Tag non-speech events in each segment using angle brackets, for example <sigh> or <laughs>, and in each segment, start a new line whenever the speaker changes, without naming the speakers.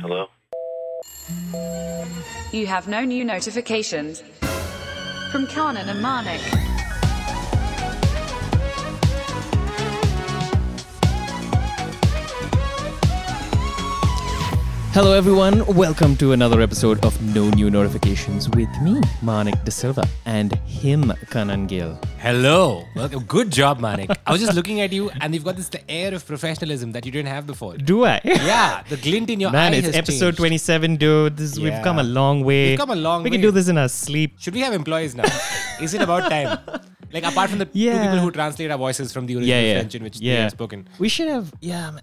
Hello?
You have no new notifications from Kanan and Marnik.
Hello, everyone. Welcome to another episode of No New Notifications with me, Manik De Silva, and him, Kanan Gill.
Hello. Welcome. Good job, Manik. I was just looking at you, and you've got this the air of professionalism that you didn't have before.
Do I?
Yeah, the glint in your
<laughs> Man,
eye
it's
has
episode
changed.
27, dude. This, We've
Yeah.
come a long way.
We've come a long
We can
way.
do this in our sleep.
Should we have employees now? Is it about time? Like apart from the two
Yeah.
people who translate our voices from the original
Yeah, yeah.
French in which they
yeah.
had spoken.
We should have. Yeah, man.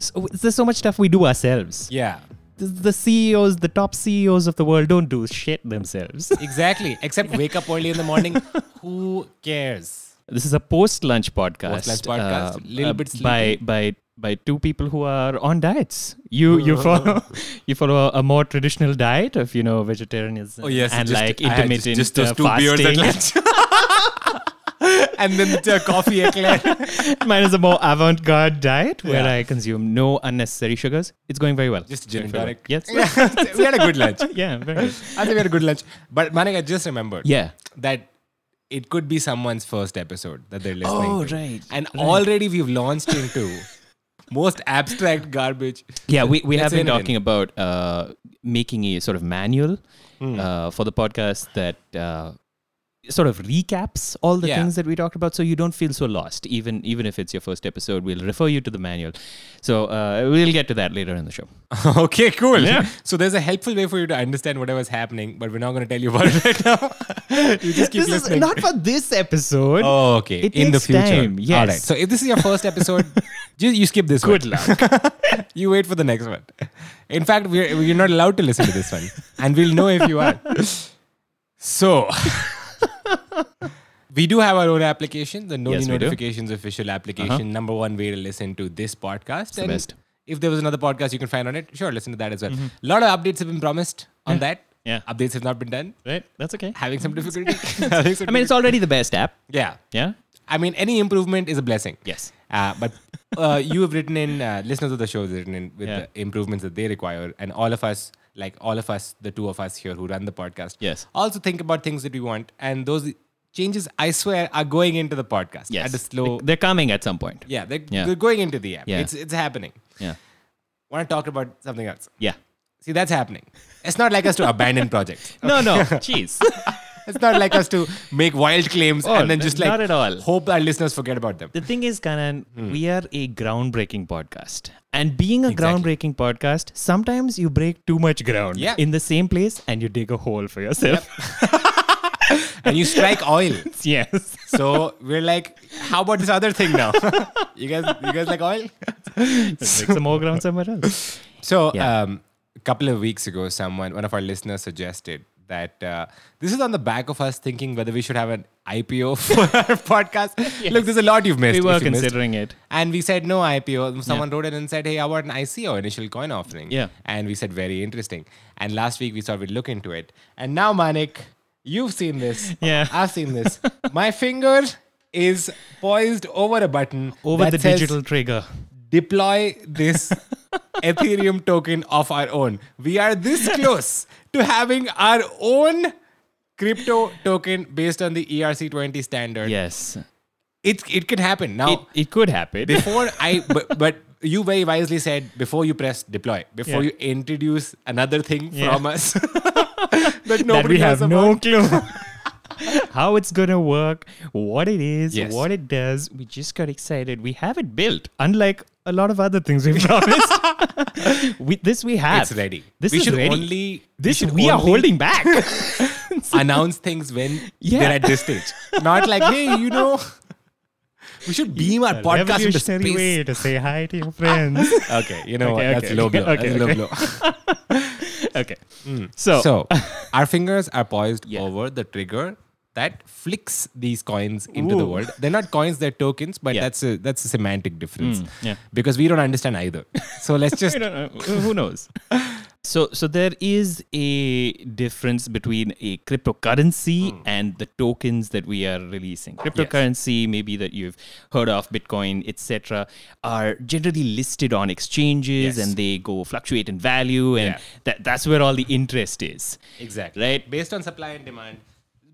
So, there's so much stuff we do ourselves.
Yeah,
The, the CEOs, the top CEOs of the world, don't do shit themselves. <laughs>
exactly. Except wake up early in the morning. Who cares?
This is a post-lunch podcast. uh,
Post-lunch podcast. Little bit
by
sleepy.
by by two people who are on diets. You
<laughs>
you follow you follow a more traditional diet of you know
Oh,
vegetarianism. and like intermittent uh, fasting.
and then the coffee eclair.
<laughs>
<laughs>
Mine is a more avant-garde diet where
Yeah.
I consume no unnecessary sugars. It's going very well.
Just a gin and
Very
tonic.
well. Yes. <laughs>
we had a good lunch.
yeah. Very
<laughs>
good.
I think we had a good lunch. But Manik, I just remembered.
Yeah.
that it could be someone's first episode that they're listening
Oh,
to.
right,
And already we've launched
<laughs>
into most abstract garbage. <laughs>
Yeah, we, we
Let's
have been
rein it in.
talking about uh, making a sort of manual
Hmm.
uh, for the podcast that uh, sort of recaps all the
Yeah.
things that we talked about, so you don't feel so lost. Even even if it's your first episode, we'll refer you to the manual. So uh, we'll get to that later in the show.
okay, cool.
Yeah.
So there's a helpful way for you to understand whatever's happening, but we're not going to tell you about it right now. <laughs> you just keep
this
listening.
is not for this episode.
oh, okay.
It
In
takes
the future.
time,
All
yes.
right. So if this is your first
<laughs>
episode, you, you skip this
Good
one.
luck.
You wait for the next one. In fact, we're, you're not allowed to listen to this one, and we'll know if you are. So, <laughs> we do have our own application, the No
Yes,
New
we do. Uh-huh.
Notifications official application, number one way to listen to this podcast.
the
and
best. Mm-hmm.
If there was another podcast you can find on it, sure, listen to that as well. A lot of updates have been promised on that.
Yeah.
Updates have not been done.
right? That's
<laughs>
okay.
Having
<laughs>
some difficulty. <laughs> Having some
I mean, it's already the best app.
difficulty. yeah.
Yeah.
I mean, any improvement is a blessing.
Yes.
Uh, but uh, you have written in, uh, listeners of the show have written in with
Yeah.
the improvements that they require. And all of us, like all of us, the two of us here who run the podcast,
Yes.
also think about things that we want. And those changes, I swear, are going into the podcast
Yes.
at a slow.
They're coming at some point.
yeah, they're,
Yeah.
they're going into the app.
Yeah.
It's, it's happening.
Yeah.
Want to talk about something else?
Yeah.
See, that's happening. It's not like us to abandon projects.
No, no.
<laughs>
Jeez.
It's not like us to make wild claims
Oh,
and then just like
not at all.
hope our listeners forget about them.
The thing is,
<laughs>
Kanan,
Hmm.
we are a groundbreaking podcast. And being a groundbreaking podcast, sometimes you break too much ground
Yeah.
in the same place and you dig a hole for yourself.
And you strike oil.
<laughs>
<laughs>
yes.
So we're like, how about this other thing now? <laughs> you guys, you guys like oil?
Make some more ground somewhere else.
So
Yeah.
um, a couple of weeks ago, someone, one of our listeners, suggested that uh, this is on the back of us thinking whether we should have an IPO <laughs> for our podcast. Look, there's a lot you've missed.
We were
if you missed.
considering it.
And we said no IPO. Someone wrote in and said, hey, how about an ICO, initial coin offering?
Yeah.
And we said, very interesting. And last week we thought we'd look into it. And now, Manik, you've seen this.
Yeah.
<laughs> I've seen this. My finger is poised over a button
Over
that
the
says,
digital trigger.
deploy this Ethereum token of our own. We are this close to having our own crypto token based on the E ERC20 standard.
Yes.
It, it can happen. Now,
It, it could happen.
before I, but, but you very wisely said before you press deploy, before
Yeah.
you introduce another thing
Yeah.
from us <laughs> that nobody
that we
knows
have
about.
no clue
<laughs>
<laughs> how it's going to work, what it is,
Yes.
what it does. We just got excited. We have it built, unlike a lot of other things we <laughs> promised. <laughs> we, this we have.
It's ready.
This
we
is
should
ready.
only
this we,
should
are
only
holding
<laughs>
back. <laughs>
announce things when
Yeah.
they're at this stage. Not like hey, you know, we should beam our podcast into
Revolutionary
space.
way to say hi to your friends.
<laughs> Okay, you know
Okay,
what? That's
okay,
low
okay, <laughs>
blow.
okay,
That's low
okay.
blow.
okay.
Mm.
So,
So
<laughs>
our fingers are poised
Yeah.
over the trigger that flicks these coins into the
Ooh.
world. They're not coins, they're tokens, but
Yeah. Mm,
that's a that's a semantic difference.
yeah. <laughs>
Because we don't understand either. So let's just
you don't know, who knows? <laughs> So, so there is a difference between a cryptocurrency
Hmm.
and the tokens that we are releasing. Cryptocurrency, maybe that you've heard of, Bitcoin, etc., are generally listed on exchanges
Yes.
and they go fluctuate in value, and
Yeah.
that, that's where all the interest is.
Exactly.
Right.
Based on supply and demand.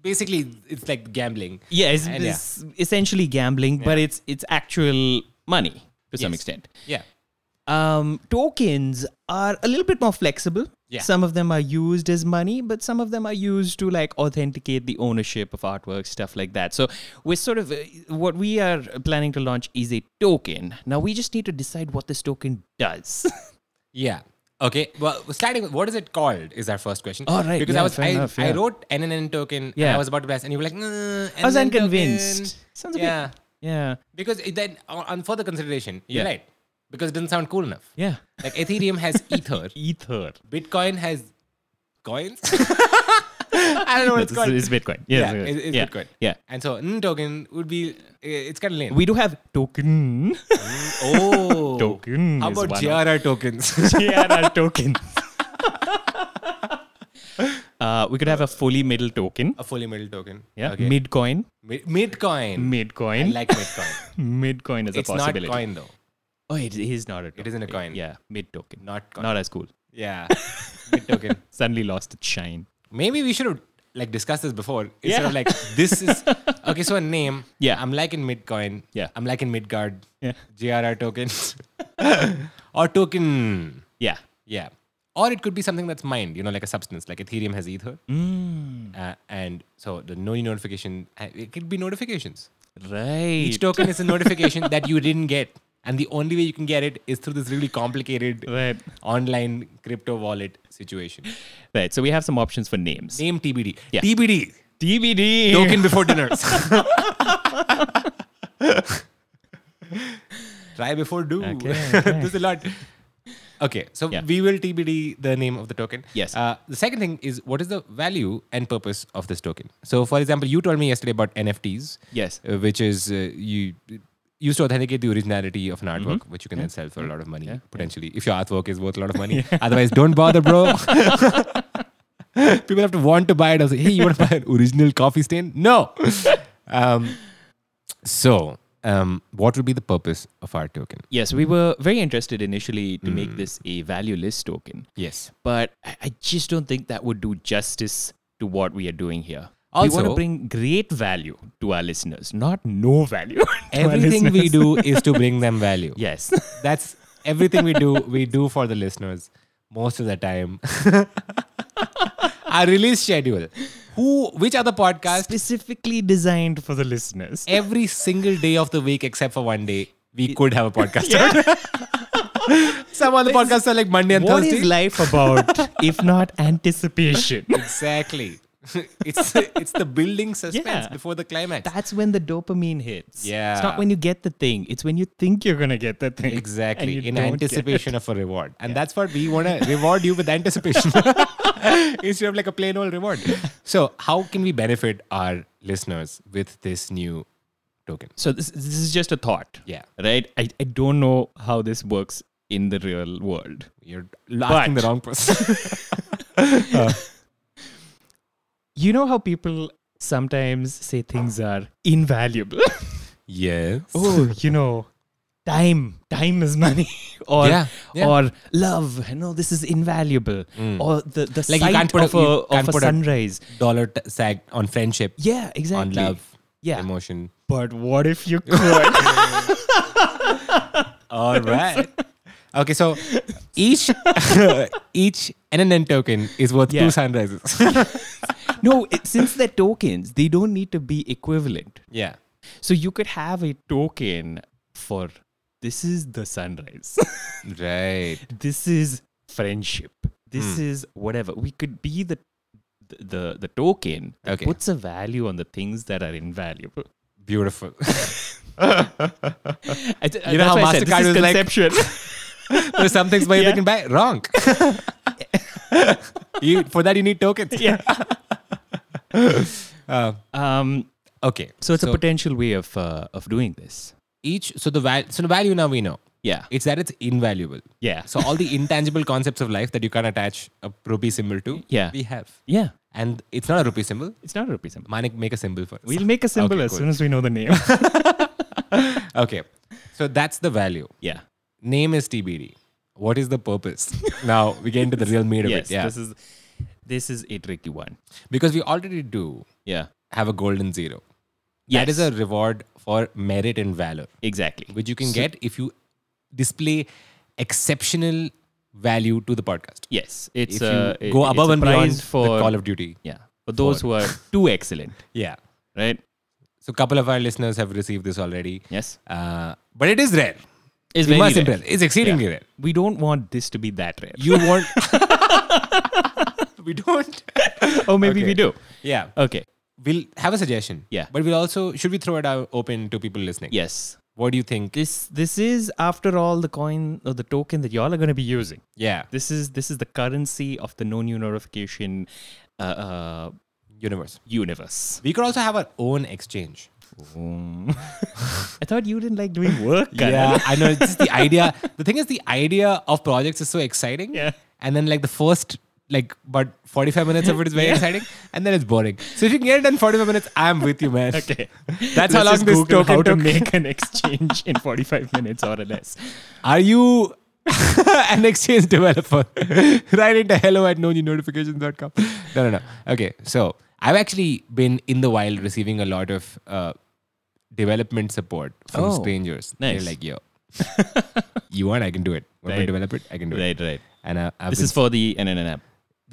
Basically, it's like gambling.
Yeah, it's,
And
it's essentially gambling, but
Yeah.
it's it's actual money to some
Yes.
extent.
Yeah.
um, tokens are a little bit more flexible.
Yeah.
Some of them are used as money, but some of them are used to like authenticate the ownership of artwork, stuff like that. So we're sort of uh, what we are planning to launch is a token. Now we just need to decide what this token does. <laughs>
Yeah. Okay. Well, starting with what is it called is our first question.
Oh, right.
Because
Yeah,
I was
fair
I,
enough,
I
yeah.
wrote NNN token. And
Yeah.
I was about to ask, and you were like, "Mm, nah,
I was
NNN token."
unconvinced. Sounds a
yeah.
bit. Yeah.
Because it then on, on further consideration, you're
Yeah.
right. Because it doesn't sound cool enough.
Yeah.
Like Ethereum
<laughs>
has Ether.
Ether.
Bitcoin has coins.
<laughs>
I don't know what
It's,
Oh, it's called.
it's Bitcoin.
yeah,
Yeah.
it- it's
yeah.
Bitcoin.
Yeah.
And so N token would be eh, it's kind of lame.
We do have token. <laughs>
oh,
Token
How
is
about
one of-
GRR tokens? <laughs>
TRR token. <laughs> uh, we could have a fully middle token.
a fully middle token.
Yeah.
Okay.
Midcoin.
Mi- Midcoin. I
Midcoin.
like Midcoin.
Midcoin is
it's
a
not
possibility.
coin though.
Oh, it is not a token.
isn't a coin.
yeah, mid token.
Not coin.
Not as cool. <laughs>
Yeah. Mid token.
Suddenly lost its shine.
Maybe we should have like discussed this before. Instead
Yeah.
of like this
<laughs>
is okay. So a name.
Yeah.
I'm liking Midcoin.
Yeah.
I'm liking Midgard.
Yeah.
GRR tokens. <laughs> or token.
Yeah.
Yeah. Or it could be something that's mined, you know, like a substance, like Ethereum has Ether.
Mm.
Uh, and so the no notification, uh, it could be notifications.
Right.
Each token is a notification that you didn't get. And the only way you can get it is through this really complicated
Right.
online crypto wallet situation.
Right. So we have some options for names.
Name TBD.
Yeah.
TBD.
TBD. <laughs>
Token before dinners. Try before do. <laughs>
Okay,
There's a lot. Okay, so
Yeah.
we will TBD the name of the token.
Yes.
Uh, the second thing is what is the value and purpose of this token? So, for example, you told me yesterday about NFTs.
Yes.
uh, which is uh, you used to authenticate the originality of an artwork, which you can then sell for a lot of money potentially if your artwork is worth a lot of money. Otherwise, don't bother, bro. People have to want to buy it. I was like, hey, you want to buy an original coffee stain? No. um, so, um, what would be the purpose of our token?
Yes, we were very interested initially to make this a valueless token,
Yes.
but I I just don't think that would do justice to what we are doing here. we want
Also-
to bring great value to our listeners, not no value. <laughs> to our
Everything we
listeners.
do is to bring them value.
<laughs> Yes.
That's everything we do, we do for the listeners most of the time. <laughs> Our release schedule. Who which other podcast
Specifically designed for the listeners.
every single day of the week except for one day we could have a podcast. <laughs> Some other podcasts are like Monday and
What
Thursday.
is life about <laughs> if not anticipation?
exactly. <laughs> it's it's the building suspense
Yeah.
before the climax.
That's when the dopamine hits. It's
Yeah.
not when you get the thing, it's when you think you're going to get the thing.
Exactly.
and you
In
don't get
anticipation of a reward. And that's what we want to reward you with anticipation <laughs> instead of like a plain old reward. So, how can we benefit our listeners with this new token?
it. So, this, this is just a thought.
Yeah.
Right? I, I don't know how this works in the real world.
You're asking
But-
the
<laughs>
wrong person.
You know how people sometimes say things are invaluable? <laughs>
yes.
oh, you know, time, time is money, <laughs> or
Yeah, yeah. Mm.
or love. No, this is invaluable. Or the the
Like you
sight
can't put a-
of a,
you
of
can't
a
put a-
sunrise.
Dollar t- sag on friendship,
yeah, exactly.
on love,
Yeah.
emotion.
But what if <laughs> you could?
All right. <laughs> Okay, so each <laughs> each NNN token is worth
Yeah.
two sunrises. <laughs>
no, it, since they're tokens, they don't need to be equivalent.
yeah.
So you could have a token for this is the sunrise. <laughs>
Right.
this is friendship. This
Hmm.
is whatever. We could be the the the token that
Okay.
puts a value on the things that are invaluable.
Beautiful.
I, th-
You
that's
know how
why I said, this
MasterCard
is
was like- <laughs>
conceptual. <laughs>
There's some things by
Yeah.
they can buy.
<laughs>
Wrong. you, for that, you need tokens.
yeah.
Uh,
Um,
okay.
so it's a potential way of uh, of doing this.
each. So the value. So the value now we know.
Yeah.
It's that it's invaluable.
Yeah.
So all the intangible concepts of life that you can't attach a rupee symbol to,
Yeah.
we have.
yeah.
And it's not a rupee symbol.
It's not a rupee symbol.
Manik, make a symbol for us.
We'll make a symbol
Okay,
as
cool.
soon as we know the
<laughs>
name. <laughs>
Okay. So that's the value.
yeah.
Name is TBD. What is the
<laughs>
purpose? now we get into the real meat of
Yes.
it. Yeah.
This is this is a tricky one.
because we already do
Yeah.
have a golden zero.
Yes.
That is a reward for merit and valor,
exactly.
which you can get if you display exceptional value to the podcast.
Yes. It's
if
a it-
you go
it's
above
a
and
prize
beyond
for
the Call of Duty.
yeah for those who
for- <laughs>
are too excellent,
Yeah.
right?
So a couple of our listeners have received this already.
Yes.
Uh, but it is rare.
It's
We
very
must
rare.
impress. It's exceedingly
Yeah.
rare.
We don't want this to be that rare.
You want. <laughs> we don't.
<laughs> or maybe we
Okay.
do.
Yeah.
Okay.
We'll have a suggestion.
Uh, Yeah.
But we'll also. Should we throw it out open to people listening?
Yes.
What do you think?
This this is after all the coin or the token that y'all are going to be using.
Yeah.
This is this is the currency of the no new notification uh, uh,
Universe.
universe.
We could also have our own exchange.
I thought you didn't like doing work. Karan.
Yeah, I know. It's just the idea. The thing is, the idea of projects is so exciting.
<laughs> Yeah.
And then, like, the first, like, but 45 minutes of it is very exciting. And then it's boring. So if you can get it done in 45 minutes, I'm with you, man.
Okay.
That's how
Let's
long
just
this
Google
token
how to
took.
make an exchange in 45 <laughs> minutes or less.
Are you <laughs> an exchange developer? <laughs> Write into hello at notifications.com. No, no, no. Okay. So I've actually been in the wild receiving a lot of uh, development support from
Oh,
strangers.
nice.
They're like, yo, <laughs> you want, I can do it. Want me
Right.
to develop it? I can do it.
Right, right.
And I, I've
This
been-
is for the NNN app.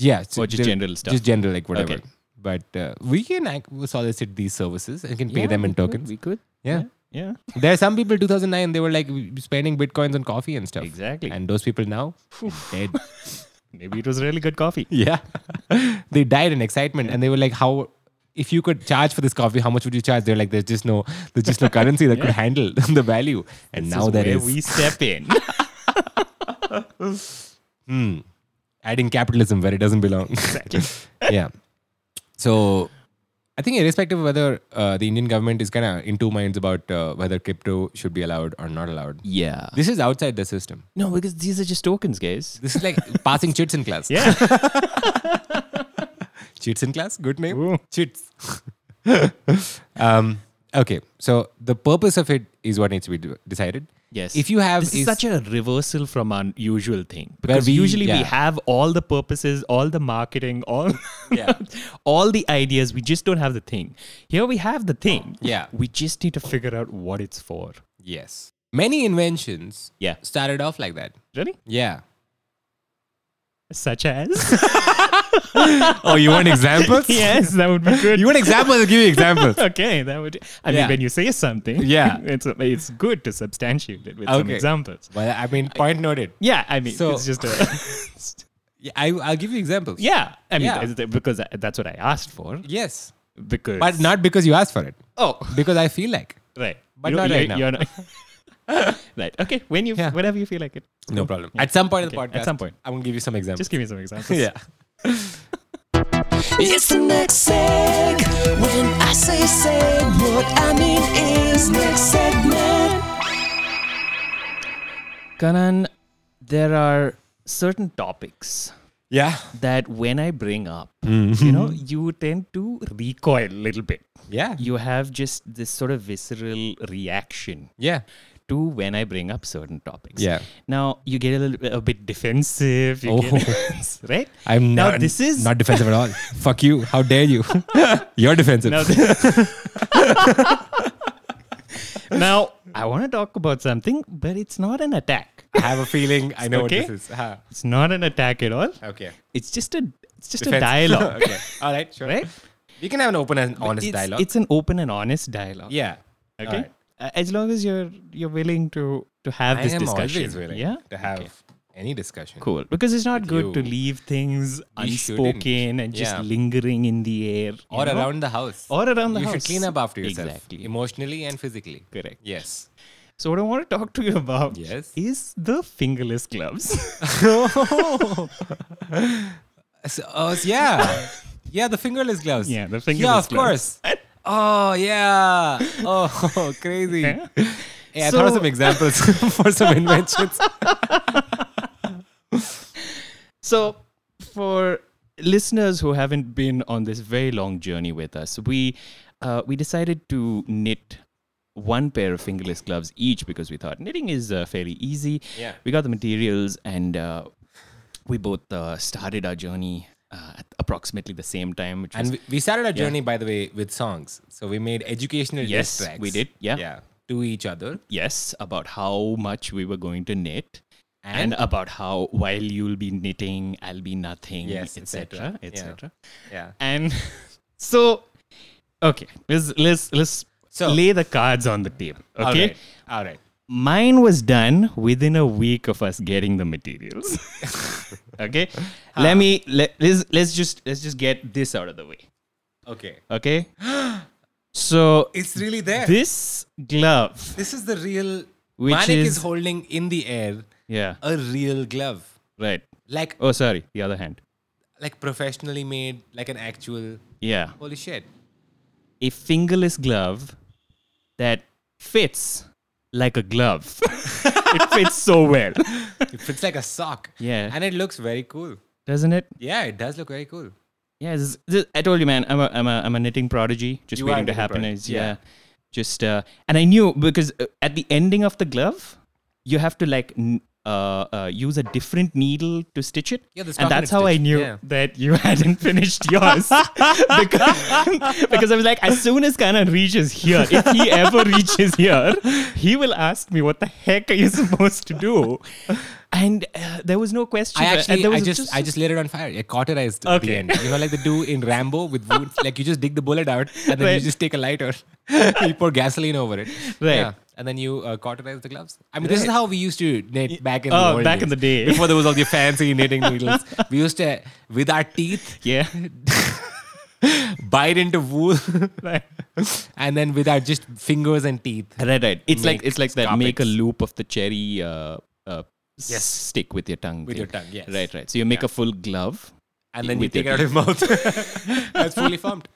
yeah, so
or just
they're-
general stuff?
Just general, like whatever.
Okay.
But uh, we can act, solicit these services and can pay them in tokens.
Oh, We could.
Yeah.
Yeah.
There are some people 2009 they were like spending bitcoins on coffee and stuff.
Exactly.
And those people now
<laughs>
dead.
Maybe it was really good coffee.
yeah. <laughs> they died in excitement and they were like how if you could charge for this coffee how much would you charge? They're like there's just no there's just no currency
<laughs>
that could handle <laughs> the value. And
This
now
is
there
where
is
we step in.
Hmm. adding capitalism where it doesn't belong. Exactly. <laughs> yeah. So I think irrespective of whether uh, the Indian government is kind of in two minds about uh, whether crypto should be allowed or not allowed.
<laughs> yeah.
This is outside the system.
No, because these are just tokens, guys.
This is <laughs> like passing chits in class.
Yeah.
<laughs> Chits in class, good name.
Ooh.
Chits. <laughs> um, okay, so the purpose of it is what needs to be de- decided.
Yes.
If you have
this is, such a reversal from our usual thing
Where
because
we-
usually we
yeah.
have all the purposes, all the marketing, all
<laughs> Yeah.
<laughs> all the ideas. We just don't have the thing. Here we have the thing.
Yeah.
We just need to figure out what it's for.
yes, many inventions
Yeah.
started off like that.
Really?
Yeah.
Such
<laughs>
as?
Oh, you want <laughs>
<laughs>
examples?
yes, that would be good.
<laughs> You want examples? I'll give you
<laughs>
examples.
okay, that would. I
Yeah.
mean, when you say something,
<laughs> Yeah.
<laughs> it's it's good to substantiate it with some
Okay.
examples.
Well, I mean, point noted.
Yeah, I mean,
So-
it's just
<laughs>
a. <laughs>
Yeah, I, I'll give you examples.
yeah, I mean,
Yeah.
it's- because that's what I asked for.
Yes.
Because
But not because you asked for it,
Oh,
because I feel like.
right.
But
You-
not
you're-
right now.
you're not- <laughs> right. Okay. When you,
Yeah.
whenever you feel like it,
No problem. At some point in the
Okay, at
podcast,
some point.
I'm going to give you some examples. <laughs>
just give me some examples.
yeah.
It's the next seg. When I say seg, what I mean is next segment.
Kanan, there are certain topics
Yeah.
that when I bring up, you know, you tend to recoil a little bit.
Yeah.
You have just this sort of visceral reaction
Yeah.
to when I bring up certain topics.
Yeah.
Now you get a little a bit defensive. You get, <laughs> right.
I'm
now.
not,
this is
not defensive at
<laughs>
all. Fuck you. How dare you? You're defensive.
Now, th- <laughs> now I want to talk about something, but it's not an attack.
<laughs> I have a feeling I know
Okay.
what this is. Huh.
It's not an attack at all.
Okay.
It's just a it's just a
<laughs> Defensive.
dialogue,
okay. All right. Sure.
right?
We can have an open and honest
it's,
dialogue.
It's an open and honest dialogue.
yeah. All
Okay.
right.
Uh, As long as you're you're willing to to have
I
this
am
discussion.
always willing
yeah.
to have any discussion.
Cool. Because it's not good to
you.
leave things
We shouldn't.
unspoken and just
Yeah.
lingering in the air. you
Or
know?
around the house.
or around the
you
house.
should clean up after yourself.
Exactly.
Emotionally and physically.
Correct.
Yes.
So what I want to talk to you about
Yes.
is the fingerless
<laughs>
gloves.
So, uh,
<laughs>
yeah. yeah, the fingerless gloves.
Yeah, the <laughs>
Yeah,
fingerless
of course. oh, yeah. Oh, <laughs> crazy. Hey, I thought of
So-
some examples <laughs> for some
<laughs>
inventions.
So, for listeners who haven't been on this very long journey with us, we uh, we decided to knit one pair of fingerless gloves each because we thought knitting is uh, fairly easy.
Yeah.
we got the materials and uh, we both uh, started our journey uh, at approximately the same time, which was
And we, we started our journey, by the way, with songs. So we made educational
Yes,
diss tracks.
we did. Yeah.
yeah, to each other.
yes about how much we were going to knit.
And,
And, about how while you'll be knitting, I'll be nothing,
Yes, et
etc.,
cetera. Yeah.
etc.
yeah,
and <laughs> so okay let's let's let's
So-
lay the cards on the table okay
all right, all right.
mine was done within a week of us getting the materials okay let me let, let's let's just let's just get this out of the way
Okay,
okay so
it's really there. This,
this glove
is the real.
Which
Manik is,
is-
holding in the air
yeah
a real glove,
right
like
oh sorry the other hand
like professionally made, like an actual.
yeah
Holy shit!
a fingerless glove that fits like a glove <laughs> it fits so well
It fits like a sock.
Yeah.
and it looks very cool.
doesn't it
Yeah, it does look very cool.
Yeah, this is- this- I told you, man. I'm a I'm a I'm a knitting prodigy. Just
You are a
waiting to
knitting
happen. Is,
prodigy, yeah.
yeah. just uh, and I knew because uh, at the ending of the glove, you have to like n- uh, uh, use a different needle to stitch it.
Yeah, the stockinette
and that's how I
stitch,
knew
yeah.
that you <laughs> hadn't
<laughs>
finished yours because, <laughs> because I was like, as soon as Kana reaches here, if he ever reaches here, he will ask me what the heck are you supposed to do, and uh, there was no question.
I
and
actually,
there
I
was
just, I just lit it on fire. I cauterized the
Okay.
end. You know, like the do in Rambo with wood. like you just dig the bullet out, and then you
Right.
just take a lighter, <laughs> you pour gasoline over it,
Right.
and then you uh, cauterize the gloves. I mean, this is how we used to knit back in the
Oh,
old
back in
days.
the day.
before there was all the fancy knitting needles. We used to, with our teeth,
yeah.
<laughs> bite into wool, <laughs>
Right.
and then with our just fingers and teeth.
Right, right. It's like
Make
it's like that. Make a
scarpets.
loop of the cherry. Uh, uh,
Yes.
yes. Stick with your tongue.
With
thing.
your tongue, yes.
Right, right. So you make a full glove.
And then you
With your
take it out of your mouth. <laughs> That's fully formed.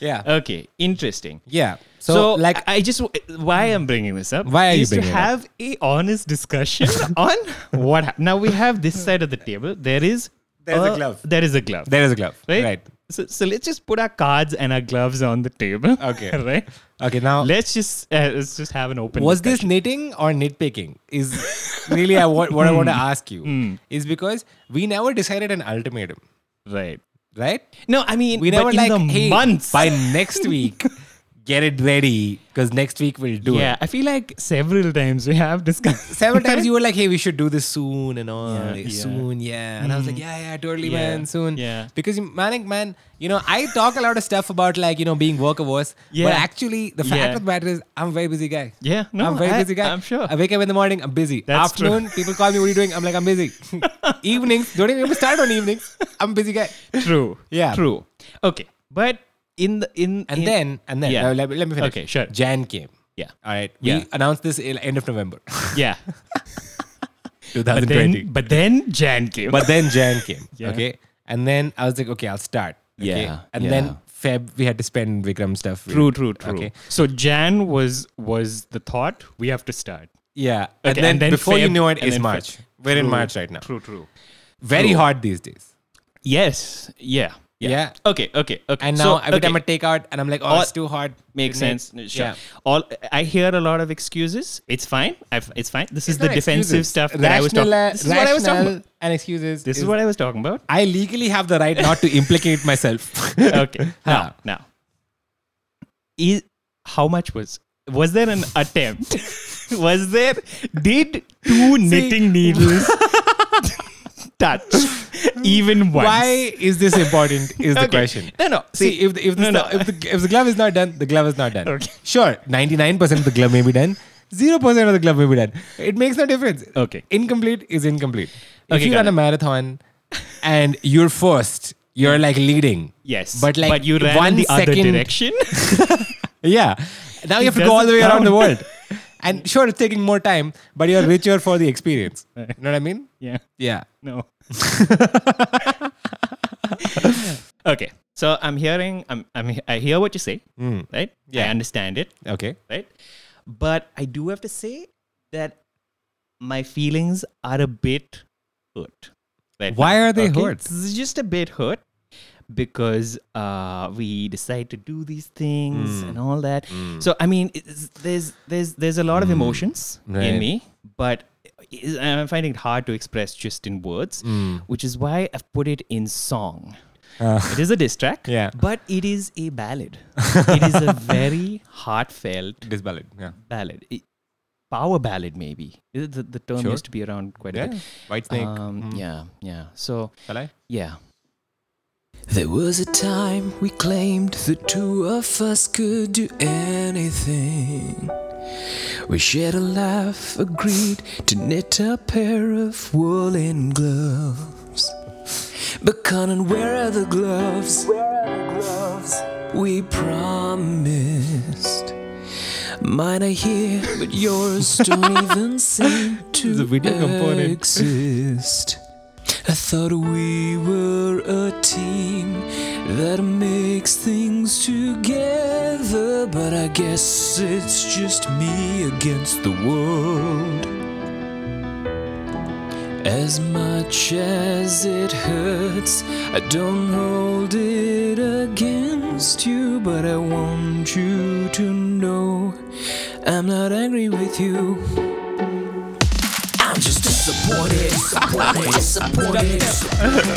Yeah.
Okay, interesting.
yeah. So,
Uh, So,
like,
I I just why I'm bringing this up.
Why are
is
you bringing
to
it up?
have a honest discussion <laughs> on what hap- now we have this side of the table. There is
There's a glove.
There is a glove.
there is a glove.
right.
right.
So, so let's just put our cards and our gloves on the table. <laughs>
Okay.
right.
Okay. Now,
Let's just uh, let's just have an open.
was this knitting or nitpicking is really I, what, what i want to
Hmm.
ask you is because we never decided an ultimatum
this right?
right
No, I mean
we
but
never
in
like
the
hey,
months.
by next week get it ready because next week we'll do
yeah,
it
I feel like several times we have discussed.
<laughs> several times you were like hey we should do this soon and all
Yeah,
like,
yeah. Mm.
soon yeah and i was like yeah yeah totally
Yeah,
man soon
yeah.
because you- manic man you know i talk a lot of stuff about like you know being workaholics but
Yeah.
actually the fact
Yeah.
of the matter is i'm a very busy guy
Yeah, no,
I'm a very
I-
busy guy.
I'm sure.
I wake up in the morning, I'm busy.
That's true.
Afternoon, people call me, what are you doing? I'm like, I'm
<laughs>
busy. evenings, don't even start on evenings. I'm a busy guy.
<laughs> True.
Yeah.
True. Okay, but in the in
And
in-
then, Ah. and then,
Yeah.
now let, me- let me finish.
Okay, sure.
Jan came.
yeah
All right.
Yeah.
We announced this in end of November <laughs>
yeah. But
2020.
then, but then Jan came.
But then Jan came.
Yeah.
Okay. And then I was like, okay, I'll start. Okay?
Yeah,
And
yeah.
then Feb, we had to spend Vikram stuff.
<laughs>
with-
true, true, true.
Okay.
So Jan was was the thought. We have to start.
Yeah. and,
Okay,
then
and then
before you
Feb-
know it,
and
it's
then Feb.
March. We're in March right now.
True, true.
Very hot these days.
Yes. Yeah. Yeah.
Yeah.
Okay. Okay. Okay.
And
So,
now every
okay.
time I take out and I'm like, oh,
All-
it's too hot.
makes
Didn't it?
sense. Sure.
Yeah.
All I hear a lot of excuses. It's fine. I've, it's fine. This is
It's
the
not
defensive
excuses.
stuff that I was talking.
Rational-
This is what I was talking
rational
about.
And excuses.
This is what I was talking about.
I legally have the right not to implicate myself.
okay.
Huh.
Now, now, is how much was was there an attempt? <laughs> was there did two knitting
<laughs>
needles touch even <laughs> once?
Why is this important? Is the
Okay.
question.
No, no.
See, if the, if,
no,
the
no.
stu- if, the, if the glove is not done, the glove is not done.
Okay.
Sure, 99% of the glove may be done. 0% of the glove may be done. It makes no difference.
Okay.
Incomplete is incomplete. If
Okay,
you
got
run a
it.
marathon and you're first, you're like leading.
yes,
But like
but you ran
one
in the other
second- <laughs>
direction.
Yeah. Now you have to go all the way
doesn't
around the
count.
world. And sure, it's taking more time, but you're richer for
<laughs>
the experience. You know what I mean?
yeah.
Yeah. <laughs>
No. okay. So I'm hearing. I'm. I'm. I hear what you say. Right.
Hmm. Yeah.
I understand it.
Okay.
Right. But I do have to say that my feelings are a bit hurt. right
Why
now.
are they hurt?
It's just a bit hurt because uh, we decide to do these
Mm.
things and all that. So I mean, it's, there's there's there's a lot of emotions
Mm. Right.
in me, but is- I'm finding it hard to express just in words,
Mm.
which is why I've put it in song. It is a diss track,
Uh. Yeah.
but it is a ballad. it is a
<laughs>
very heartfelt
This ballad. Yeah.
ballad, I- power ballad, maybe. The, the, the term
Sure.
used to be around quite a
Yeah. Mm.
bit.
White snake.
Um, Yeah, yeah. So,
Shall I?
yeah.
There was a time we claimed the two of us could do anything. We shared a laugh, agreed to knit a pair of woolen gloves. But Conan, where are the gloves? Where are the gloves? We promised. Mine are here, but yours don't
<laughs>
even seem to
a video component.
exist. I thought we were a team that makes things together, but I guess it's just me against the world. As much as it hurts, I don't hold it against you, but I want you to know I'm not angry with you. I'm just disappointed, disappointed,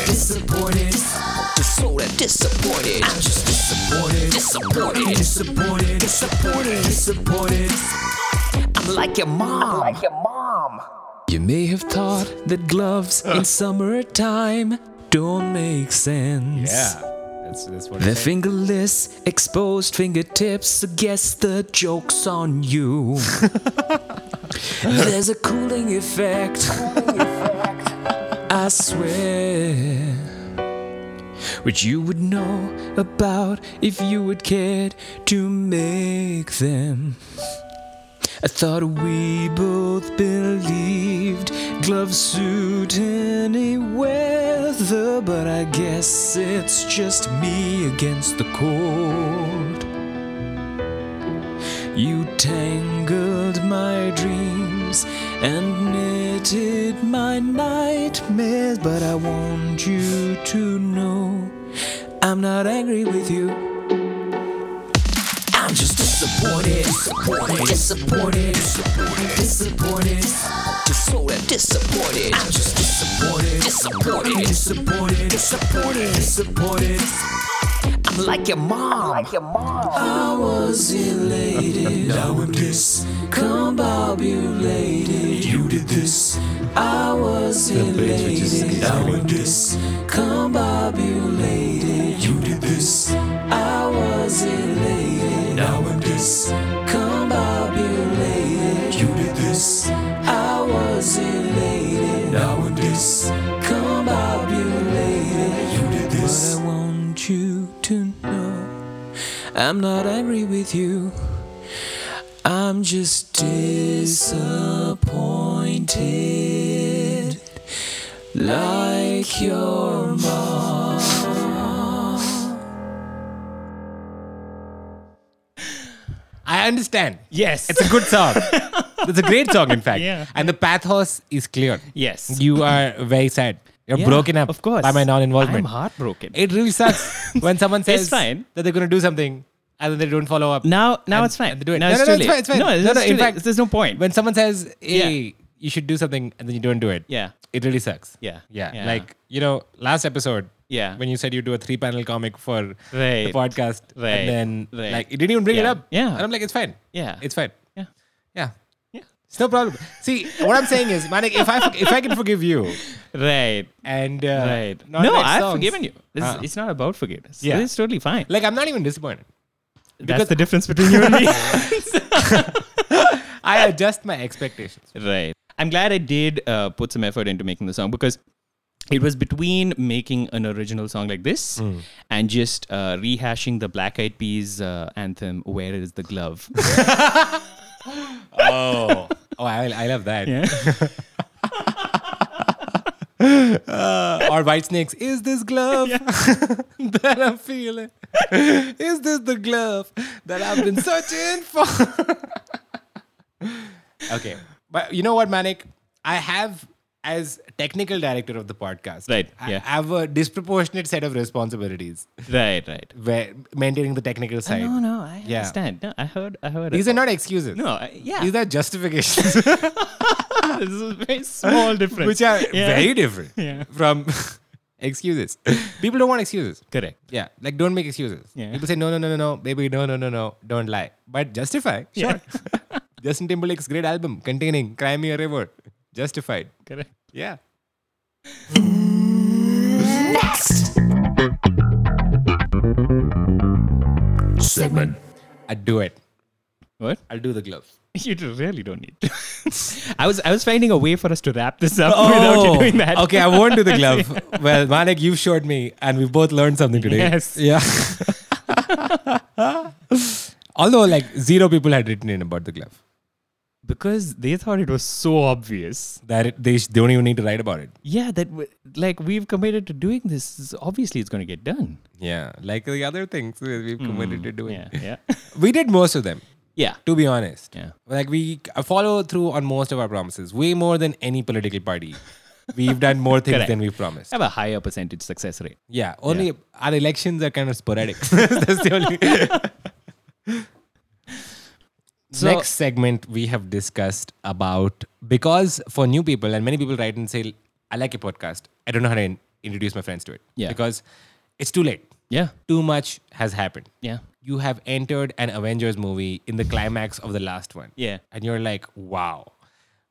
disappointed, disappointed, just so that disappointed. I'm just disappointed, disappointed, disappointed, disappointed, disappointed. I'm like your mom. like your mom. You may have thought that gloves in summertime don't make sense.
That's that's what.
The fingerless, exposed fingertips. I guess the joke's on you. There's a cooling effect. I swear. Which you would know about if you would cared to make them. I thought we both believed glove suit any weather, but I guess it's just me against the cold. You tangled my dreams and knitted my nightmares, but I want you to know I'm not angry with you. I'm just disappointed, disappointed, disappointed, disappointed, just so that disappointed. I'm just disappointed, disappointed, disappointed, disappointed, disappointed. I'm like your mom, like your mom. I was elated, now I'm discombobulated. You did this. I was elated, now I'm discombobulated. You did this. I was elated. Now I'm discombobulated. You did this. I was elated. Now I'm discombobulated. You did this. But I want you to know I'm not angry with you. I'm just disappointed. Like your mom.
I understand.
Yes.
It's a
<laughs>
good song. it's a great song, in fact.
Yeah.
And the pathos is clear.
yes.
You are very sad. You're
Yeah,
broken up
Of course.
by my non
I'm
involvement.
heartbroken.
It really
<laughs>
sucks when someone says
fine.
that they're going to do something and then they don't follow up.
now, now
And-
it's fine.
and they do it.
Now
No,
it's too
no, no,
late.
it's fine, it's fine.
No,
No,
it's
no,
too
in
late.
fact-
there's no point.
When someone says, hey, you should do something and then you don't do it.
yeah.
It really sucks.
Yeah.
Yeah.
Yeah.
Like, you know, last episode.
Yeah.
When you said you do a three panel comic for the
Right.
podcast.
Right.
And then
Right.
like you didn't even bring it
Yeah.
up.
Yeah.
And I'm like, it's fine.
Yeah.
It's fine.
yeah.
Yeah.
Yeah.
It's no problem. See, what I'm saying is, Manik, if I forg- if I can forgive you
Right.
and uh,
right.
not
No,
write
I've
songs-
forgiven you. This is-
Ah.
It's not about forgiveness.
Yeah.
It's totally fine.
Like I'm not even disappointed.
That's the difference between you and
<laughs>
me. <laughs>
I adjust my expectations.
Right. I'm glad I did uh, put some effort into making the song because it was between making an original song like this
Mm.
and just uh, rehashing the Black Eyed Peas uh, anthem, Where Is the
<laughs>
Glove? <laughs>
Oh, oh, I, I love that.
Yeah.
Uh, or White Snakes. Is this glove <laughs> that I'm feeling? Is this the glove that I've been searching for? <laughs> Okay. But you know what, Manik? I have, as technical director of the podcast,
Right,
I
yeah.
have a disproportionate set of responsibilities
Right, right.
where maintaining the technical side.
No, no, I
Yeah.
understand. No, I heard, I heard.
These
it.
are not excuses.
no, I, yeah.
These are
<laughs>
justifications,
this is a very <laughs> small difference.
which are
Yeah.
very different
Yeah.
from <laughs> excuses. People don't want excuses.
correct.
Yeah, like don't make excuses.
Yeah.
People say no, no, no, no, no, baby, no, no, no, no, don't lie. But justify, sure. Justin Timberlake's great album containing Crimea River, justified.
<laughs> Correct.
Yeah.
segment.
I'd do it.
What?
I'll do the gloves.
You do- really don't need. To. <laughs> Oh, I was, I was finding a way for us to wrap this up without you doing that. <laughs>
Okay, I won't do the glove. well, Manik, you've showed me, and we've both learned something today.
Yes.
Yeah. <laughs> Although, like, zero people had written in about the glove.
because they thought it was so obvious.
That it, they, sh- they don't even need to write about it.
Yeah, that w- like we've committed to doing this. is- Obviously, it's going to get done.
Yeah. Like the other things that we've committed to doing.
Mm-hmm. Yeah, yeah, <laughs>
We did most of them,
yeah,
to be honest.
yeah.
Like, we follow through on most of our promises, way more than any political party.
<laughs>
We've done more things
Correct.
than we promised.
Have a higher percentage success rate.
Yeah, only our elections are kind of
<laughs>
sporadic. <laughs> That's the only.
So-
Next segment we have discussed about because for new people and many people write and say I like your podcast. I don't know how to in- introduce my friends to it.
Yeah.
because it's too late.
Yeah,
Too much has happened.
yeah,
You have entered an Avengers movie in the climax of the last one.
Yeah.
and you're like, wow,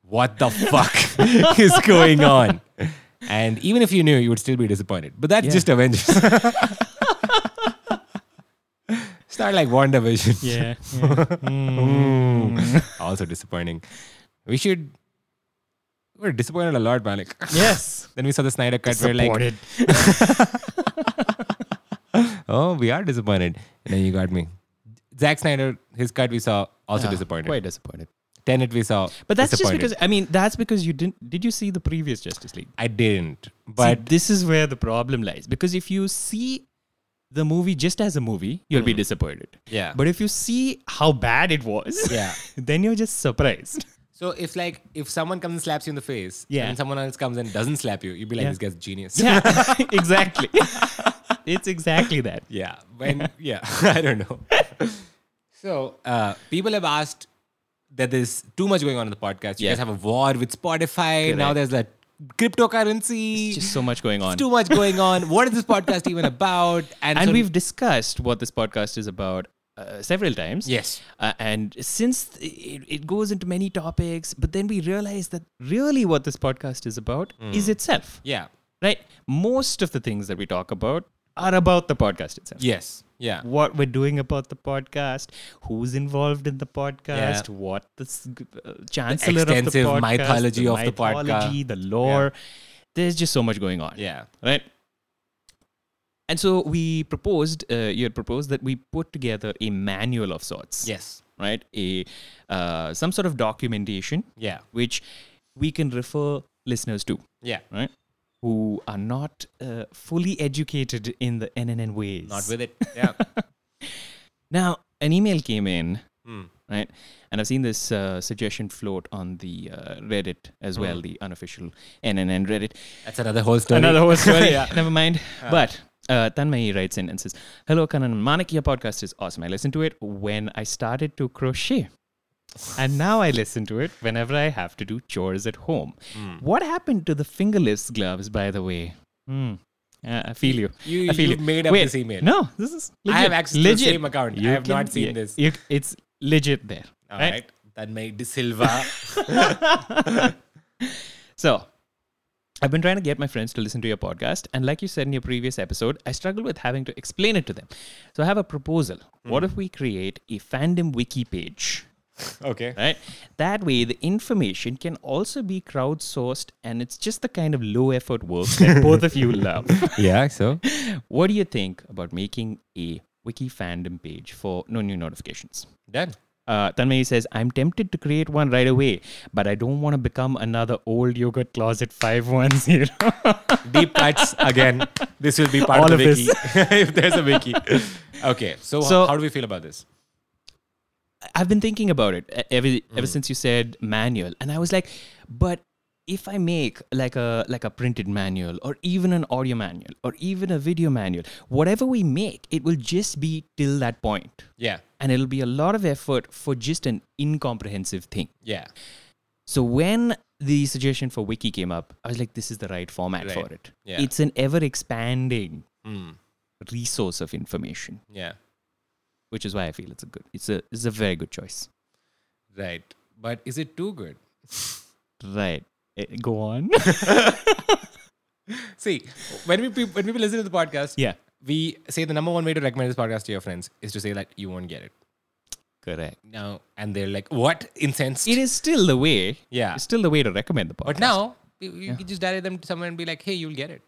what the
<laughs>
fuck <laughs> is going on? And even if you knew, you would still be disappointed. But that's
Yeah.
just Avengers. <laughs> It's not like WandaVision.
yeah.
also disappointing. We should. We're disappointed a lot, Malik.
<laughs> yes.
<laughs> then we saw the Snyder cut. We're like,
Supported.
oh, we are disappointed. And then you got me. Zack Snyder, his cut we saw, also
Yeah,
disappointed.
Ah, Quite disappointed.
Tenet we saw.
But that's just
disappointed.
because I mean that's because you didn't. Did you see the previous Justice League?
I didn't.
But
But
this is where the problem lies because if you see the movie just as a movie, you'll be disappointed.
Yeah.
But if you see how bad it was,
Yeah.
<laughs> then you're just surprised.
so if like if someone comes and slaps you in the face,
Yeah.
and someone else comes and doesn't slap you, you'd be like,
Yeah.
this guy's genius.
<laughs> Yeah, <laughs> exactly. it's exactly that.
<laughs> Yeah. When yeah, <laughs> I don't know. so uh, people have asked that there's too much going on in the podcast. You
Yeah.
guys have a war with Spotify. Now
Correct.
there's a cryptocurrency.
Just so much going on.
too much going
<laughs>
on. What is this podcast even about?
and
so-
we've discussed what this podcast is about uh, several times.
Yes.
Uh, and since th- it, it goes into many topics, but then we realize that really what this podcast is about is itself,
yeah
right? Most of the things that we talk about are about the podcast itself.
yes yeah
What we're doing about the podcast, who's involved in the podcast,
Yeah.
what the s- g- uh, chancellor of the
extensive
podcast,
mythology
the
of the podca-
mythology, the lore. There's just so much going on.
yeah
right? And so we proposed, uh, you had proposed that we put together a manual of sorts,
yes
right? A uh, some sort of documentation,
yeah
which we can refer listeners to,
yeah
right? Who are not uh, fully educated in the NNN ways.
not with it
<laughs>
yeah
now, an email came in,
Hmm.
right? And I've seen this uh, suggestion float on the uh, Reddit
Hmm.
as well, the unofficial NNN Reddit.
that's another whole story
Another whole story.
<laughs> Yeah.
<laughs> Never mind. But uh, Tanmay writes in and says, Hello, Kanan. Manik, your podcast is awesome. I listened to it when I started to crochet. And now I listen to it whenever I have to do chores at home.
Hmm.
What happened to the fingerless gloves, by the way? Hmm. Uh, I feel you.
You-
I feel
you've made up
Wait,
this email.
No, this is legit.
I have access to the
legit.
same account. I have not seen this.
you- it's legit there.
all
right?
right that made de silva
So, I've been trying to get my friends to listen to your podcast, and like you said in your previous episode, I struggle with having to explain it to them. So, I have a proposal. What if we create a fandom wiki page?
<laughs> okay
Right? That way, the information can also be crowdsourced, and it's just the kind of low effort work that both of you love.
<laughs> yeah so
What do you think about making a wiki fandom page for no new notifications?
done
Uh, Tanmay says, I'm tempted to create one right away, but I don't want to become another old yogurt closet 510.
deep cuts again this will be part
All
of the
of
<laughs> wiki if there's a wiki okay so,
So-
how do we feel about this
I've been thinking about it e- ever
Mm.
ever since you said manual, and I was like, but if I make like a like a printed manual, or even an audio manual, or even a video manual, whatever we make, it will just be till that point,
Yeah.
and it'll be a lot of effort for just an incomprehensive thing.
Yeah.
So when the suggestion for wiki came up, I was like, this is the right format
Right.
for it.
Yeah.
It's an ever expanding
Mm.
resource of information,
Yeah.
which is why I feel it's a good, it's a, it's a very good choice.
Right. But is it too good?
Right. Eh, Go on. <laughs>
See, when we peop- when people listen to the podcast,
yeah.
we say the number one way to recommend this podcast to your friends is to say that you won't get it.
Correct.
Now, and they're like, "What incensed?"
It is still the way.
Yeah.
It's still the way to recommend the podcast.
But now you, you can just direct them to someone and be like, "Hey, you'll get it."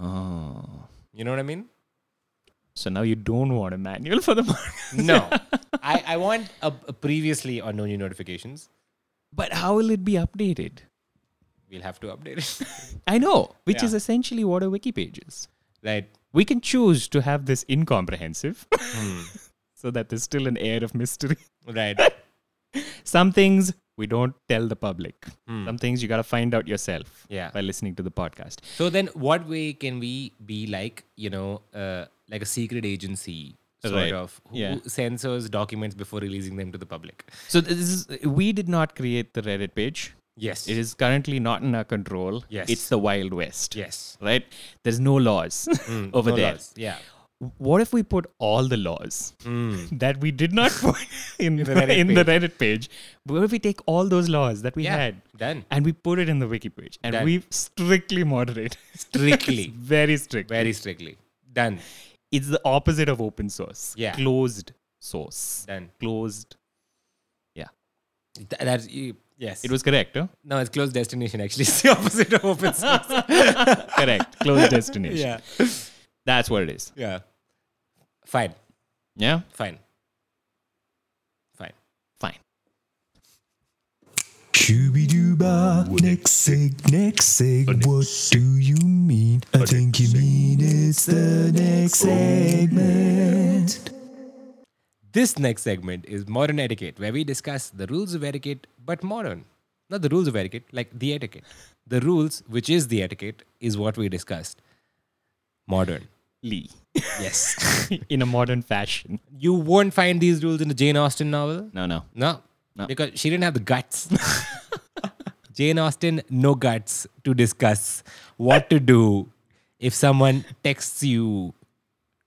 Oh.
You know what I mean?
So now you don't want a manual for the podcast.
No, I, I want a, a previously on no new notifications.
<laughs> But how will it be updated?
We'll have to update it.
<laughs> I know, which
Yeah.
is essentially what a wiki page is.
right.
We can choose to have this incomprehensive <laughs>
Hmm.
so that there's still an air of mystery. <laughs>
Right.
Some things we don't tell the public. Some things you got to find out yourself
Hmm. Yeah.
by listening to the podcast.
So then, what way can we be like, you know, uh, like a secret agency sort
Right.
of who
Yeah.
censors documents before releasing them to the public?
So this is we did not create the Reddit page.
Yes.
It is currently not in our control.
Yes.
It's the Wild West.
Yes.
Right? There's no laws <laughs> over
Hmm, No
there.
laws. Yeah.
What if we put all the laws <laughs> that we did not
<laughs>
put in,
Hmm. the
the,
Reddit
in the Reddit page? What if we take all those laws that we
Yeah.
had
Done.
and we put it in the wiki page and
Done.
we strictly moderate <laughs>
Strictly.
It's very strict
Very strictly. Done.
it's the opposite of open source
Yeah.
closed source
Done.
closed
Th- that's you- yes.
it was correct huh?
no, it's closed destination. Actually, it's the opposite of
<laughs>
open source. <laughs>
correct closed destination that's what it is
Yeah. Fine.
yeah
Fine. Fine.
fine
Cubiduba, next sig, next sig, what do you mean? I think you mean it's the next segment.
This next segment is modern etiquette, where we discuss the rules of etiquette, but modern. Not the rules of etiquette, like the etiquette. The rules, which is the etiquette, is what we discussed. Modern.
lee
Yes.
<laughs> in a modern fashion
you won't find these rules in the Jane Austen novel.
no no
No.
No.
Because she didn't have the guts. <laughs> Jane Austen, no guts to discuss what to do if someone texts you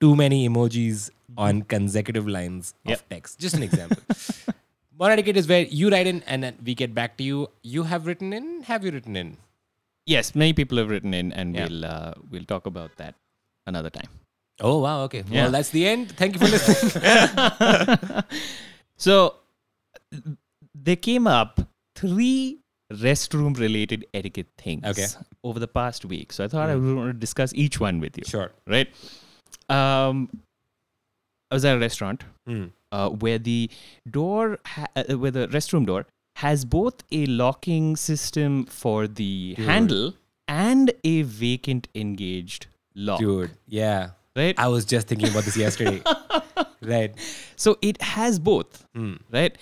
too many emojis on consecutive lines of
Yep.
text. Just an example. <laughs> Modern etiquette is where you write in and then we get back to you. You have written in? Have you written in?
yes many people have written in and
Yeah.
we'll uh, we'll talk about that another
<laughs>
time <laughs>
Oh, wow. Okay.
Yeah.
Well, that's the end. Thank you for listening.
So they came up three restroom related etiquette things
Okay. Mm.
over the past week. So I thought I would want to discuss each one with you.
<laughs> sure.
Right? Um, I was at a restaurant
Hmm.
uh, where the door, ha- uh, where the restroom door has both a locking system for the handle and a vacant engaged lock.
Dude. Yeah.
Right?
I was just thinking about this yesterday. <laughs> right.
So it has both, right?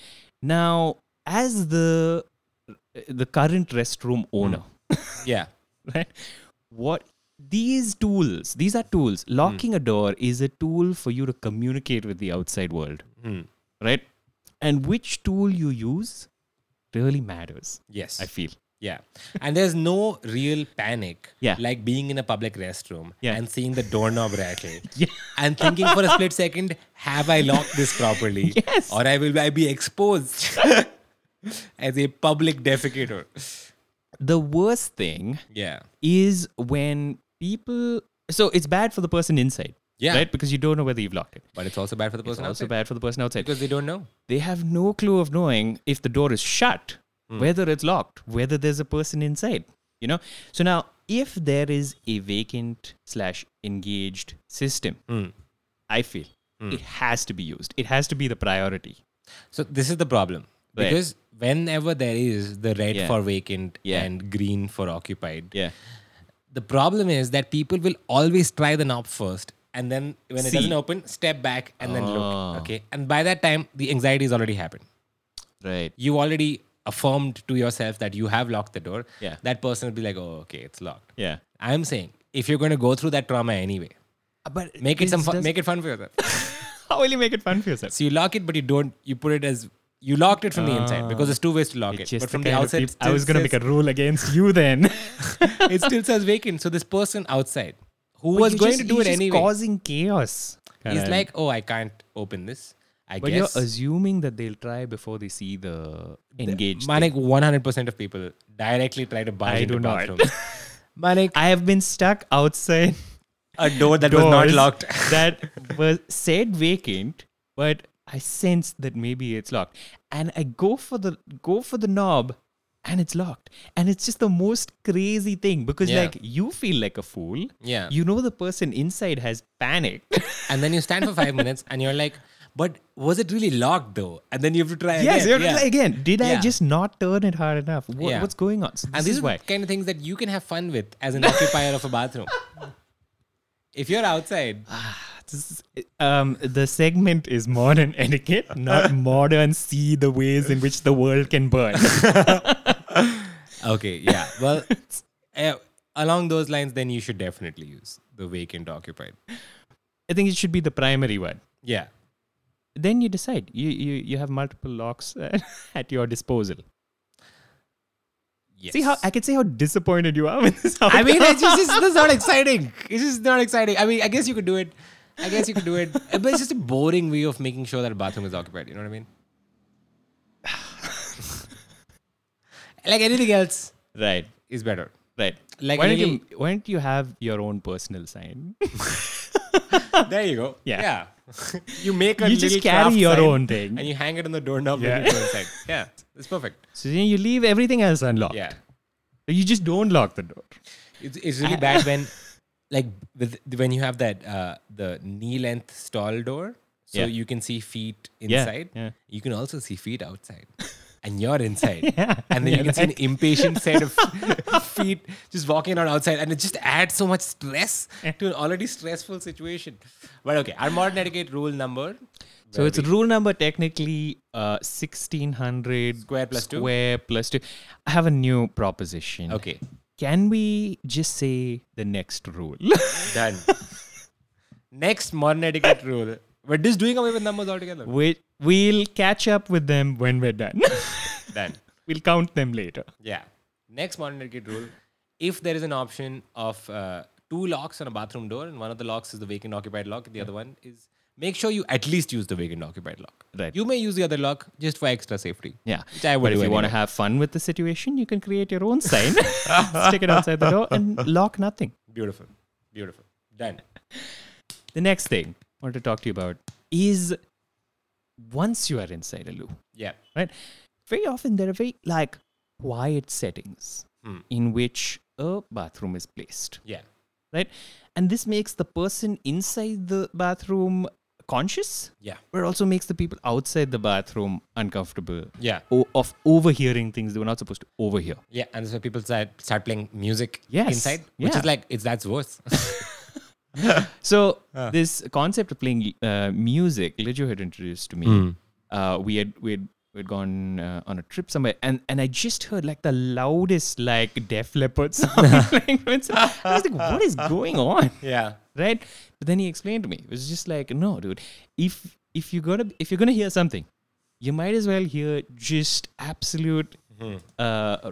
Now, as the uh, the current restroom owner,
Yeah.
<laughs> right? What these tools? These are tools. Locking a door is a tool for you to communicate with the outside world, right? And which tool you use really matters.
Yes.
I feel.
Yeah. And there's no real panic.
Yeah.
Like being in a public restroom
Yeah.
and seeing the doorknob rattle.
<laughs> Yeah.
And thinking for a split second, have I locked this properly?
Yes.
Or I will I be exposed <laughs> as a public defecator.
The worst thing
Yeah.
is when people. So it's bad for the person inside,
Yeah.
right? Because you don't know whether you've locked it.
But it's also bad for the
It's
person
also
outside
bad for the person outside.
because they don't know.
they have no clue of knowing if the door is shut,
Hmm.
whether it's locked, whether there's a person inside. You know. So now, if there is a vacant slash engaged system,
Hmm.
I feel it has to be used. It has to be the priority.
So this is the problem.
Right.
Because whenever there is the red
Yeah.
for vacant
Yeah.
and green for occupied,
Yeah.
the problem is that people will always try the knob first and then when it
See. Ah.
doesn't open, step back and then look. Okay. And by that time, the anxiety has already happened.
Right.
You already affirmed to yourself that you have locked the door.
Yeah.
That person will be like, oh, okay, it's locked.
Yeah.
I'm saying if you're going to go through that trauma anyway,
Uh, But
make it some fun, make it fun for yourself. <laughs>
How will you make it fun for yourself?
so you lock it, but you don't. You put it as you locked it from the inside because there's two ways to lock
It's
it.
just
But from
the
the,
kind of
outside,
peop- I was gonna make a rule against you then.
<laughs> it still says vacant. So this person outside <laughs> who was going to do it anyway,
causing chaos.
he's like, oh, I can't open this. I
but
guess.
you're assuming that they'll try before they see the engaged.
Manik, 100% of people directly try to barge
I
into
do not.
bathrooms. <laughs> Manik,
I have been stuck
<laughs>
outside
a door that was not
doors
locked.
that was said vacant, but I sense that maybe it's locked. And I go for the go for the knob and it's locked. And it's just the most crazy thing because
Yeah.
like you feel like a fool.
Yeah.
You know the person inside has panicked.
<laughs> <laughs> and then you stand for five minutes and you're like, but was it really locked though? And then you have to try
yes,
again.
you're
Yeah.
like, again. Did I
Yeah.
just not turn it hard enough? What,
Yeah.
What's going on? So this
And these
is why.
are the kind of things that you can have fun with as an occupier of a <laughs> bathroom. If you're outside,
This is- um, the segment is modern etiquette, <laughs> not modern see the ways in which the world can <laughs> burn.
okay, yeah. <laughs> Well, uh, along those lines, then you should definitely use the vacant occupied.
I think it should be the primary one.
Yeah,
Then you decide. You you, you have multiple locks uh, <laughs> at your disposal.
yes.
See how I can see how disappointed you are with this.
I mean,
outcome.
it's just, it's just <laughs> not exciting. It's just not exciting. I mean, I guess you could do it. I guess you could do <laughs> it. But it's just a boring way of making sure that a bathroom is occupied. You know what I <sighs> mean? like anything else
<laughs> right,
is better.
right.
Like
why
really-
don't you why don't you have your own personal sign?
There you go.
Yeah.
<laughs> Yeah. you make a
<laughs> You just
little
carry
craft
your
sign
own thing.
and you hang it on the doorknob.
Yeah.
Yeah. <laughs> Inside. Yeah. It's perfect.
so then you leave everything else unlocked.
Yeah.
You just don't lock the door.
It's, it's really
<laughs>
bad when, like, with, when you have that uh, the knee length stall door, so
Yeah.
you can see feet
Yeah,
inside.
yeah.
You can also see feet outside, and you're
<laughs>
inside, and then you can see an impatient set of feet just walking around outside, and it just adds so much stress to an already stressful situation. But okay, our modern etiquette rule number.
So it's rule number technically uh, 1600
Square plus two?
square plus two. I have a new proposition.
Okay,
Can we just say the next rule? <laughs>
done. Next modern etiquette rule. We're just doing away with numbers altogether.
we, we'll catch up with them when we're done. <laughs>
Done.
we'll count them later.
Yeah. Next modern etiquette rule: if there is an option of uh, two locks on a bathroom door, and one of the locks is the vacant occupied lock, the other one is make sure you at least use the vacant occupied lock.
Right.
You may use the other lock just for extra safety.
Yeah.
Which I would
but if
do
you want to
anyway.
have fun with the situation, you can create your own
<laughs>
sign, stick it outside the door, and lock nothing.
Beautiful. Beautiful. Done.
The next thing I want to talk to you about is once you are inside a loop,
Yeah.
right? Very often there are very like quiet settings in which a bathroom is placed,
Yeah.
right? And this makes the person inside the bathroom conscious,
Yeah.
but it also makes the people outside the bathroom uncomfortable.
Yeah.
o- of overhearing things they were not supposed to overhear.
Yeah. And so people start start playing music
Yes.
inside, which
Yeah.
is like it's that's worse.
So this concept of playing uh, music, Lijo had introduced to me. Uh, we had we had we'd gone uh, on a trip somewhere, and and I just heard like the loudest like Def Leppard <laughs> song. playing. I was like, what is going on?
<laughs> yeah.
Right? But then he explained to me. It was just like, no, dude. If if you gotta if you're gonna hear something, you might as well hear just absolute uh,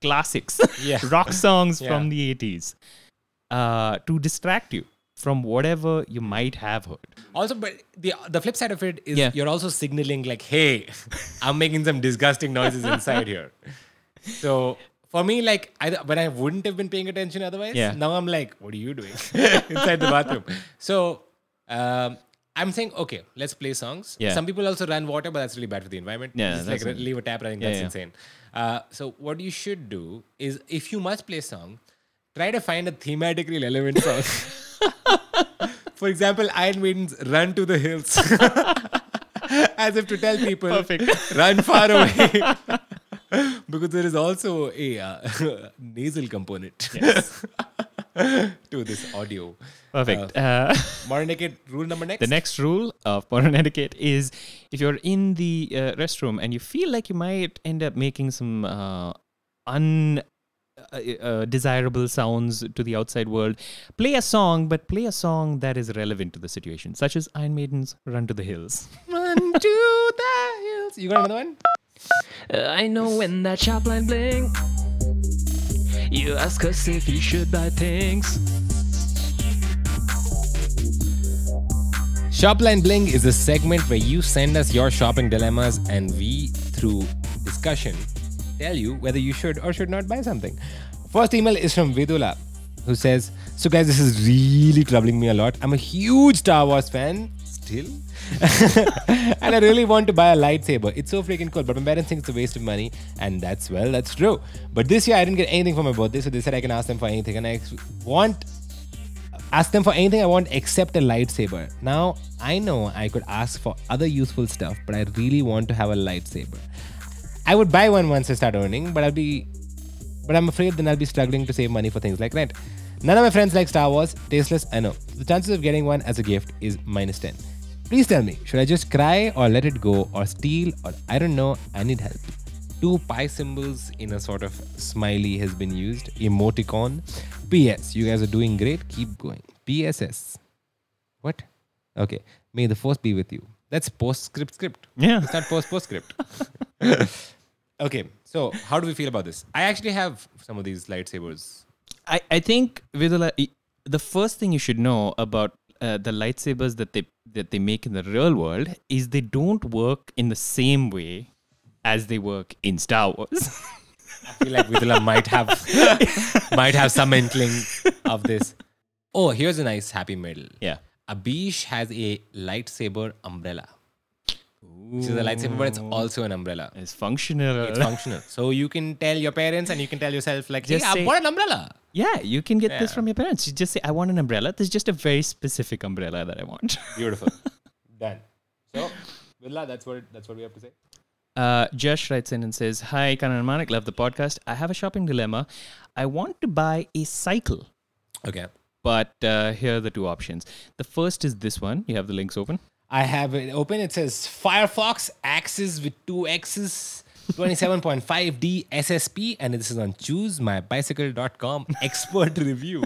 classics,
Mm-hmm. Yeah.
<laughs> rock songs
Yeah.
from the 80s uh, to distract you from whatever you might have heard.
Also, but the the flip side of it is
Yeah.
you're also signaling like, hey, <laughs> I'm making some disgusting noises inside here. So for me, like, I, when I wouldn't have been paying attention otherwise,
Yeah.
now I'm like, what are you doing <laughs> inside the bathroom? So um, I'm saying, okay, let's play songs.
Yeah.
Some people also run water, but that's really bad for the environment.
Yeah,
Just like
that's-
leave a tap running.
Yeah,
that's
yeah.
insane. Uh, so what you should do is, if you must play a song, try to find a thematically relevant song. <laughs> For example, Iron Maiden's Run to the Hills. <laughs> As if to tell people,
Perfect.
run far away. <laughs> <laughs> because there is also a uh, nasal component. to this audio.
Perfect. Uh, <laughs>
Modern etiquette rule number next.
the next rule of modern <laughs> etiquette is if you're in the uh, restroom and you feel like you might end up making some uh, un uh, uh, desirable sounds to the outside world play a song but play a song that is relevant to the situation such as iron maiden's run to the hills
Run to the hills. You got another one?
I know when that shop line bling. You ask us if you should buy things.
Shopline Bling is a segment where you send us your shopping dilemmas and we, through discussion, tell you whether you should or should not buy something. First email is from Vidula, who says, So, guys, this is really troubling me a lot. I'm a huge Star Wars fan, still. <laughs> and I really want to buy a lightsaber. It's so freaking cool, but my parents think it's a waste of money, and that's well, that's true. But this year I didn't get anything for my birthday, so they said I can ask them for anything, and I ex- want ask them for anything I want except a lightsaber. Now, I know I could ask for other useful stuff, but I really want to have a lightsaber. I would buy one once I start earning, but I'll be but I'm afraid then I'll be struggling to save money for things like rent. None of my friends like Star Wars, tasteless, I know. The chances of getting one as a gift is minus 10. Please tell me, should I just cry or let it go or steal or I don't know, I need help. Two pie symbols in a sort of smiley has been used, emoticon. PS, you guys are doing great, keep going. PSS. What? Okay, may the force be with you. That's postscript script.
Yeah.
It's not post postscript. <laughs> Okay, so how do we feel about this? I actually have some of these lightsabers.
I, I think Vidula, i- the first thing you should know about uh, the lightsabers that they that they make in the real world is they don't work in the same way as they work in Star Wars. <laughs>
I feel like Vidula might <laughs> have might have some inkling of this. Oh, here's a nice happy middle.
yeah.
Abish has a lightsaber umbrella. This is a lightsaber, but it's also an umbrella.
It's functional.
It's functional. So you can tell your parents and you can tell yourself, like,
Just
hey, I
say-
bought an umbrella.
<laughs> yeah, you can get this
Yeah.
from your parents. You just say, I want an umbrella. There's just a very specific umbrella that I
<laughs>
want.
<laughs> Beautiful. Done. So, Vidula, that's what that's what we have to say.
Uh, Josh writes in and says, Hi, Kanan and Manik, love the podcast. I have a shopping dilemma. I want to buy a cycle.
Okay.
But uh, here are the two options. The first is this one. You have the links open.
I have it open. It says Firefox Axis with two
<laughs>
X's, 27.5D SSP, and this is on
<laughs>
choosemybicycle.com expert review.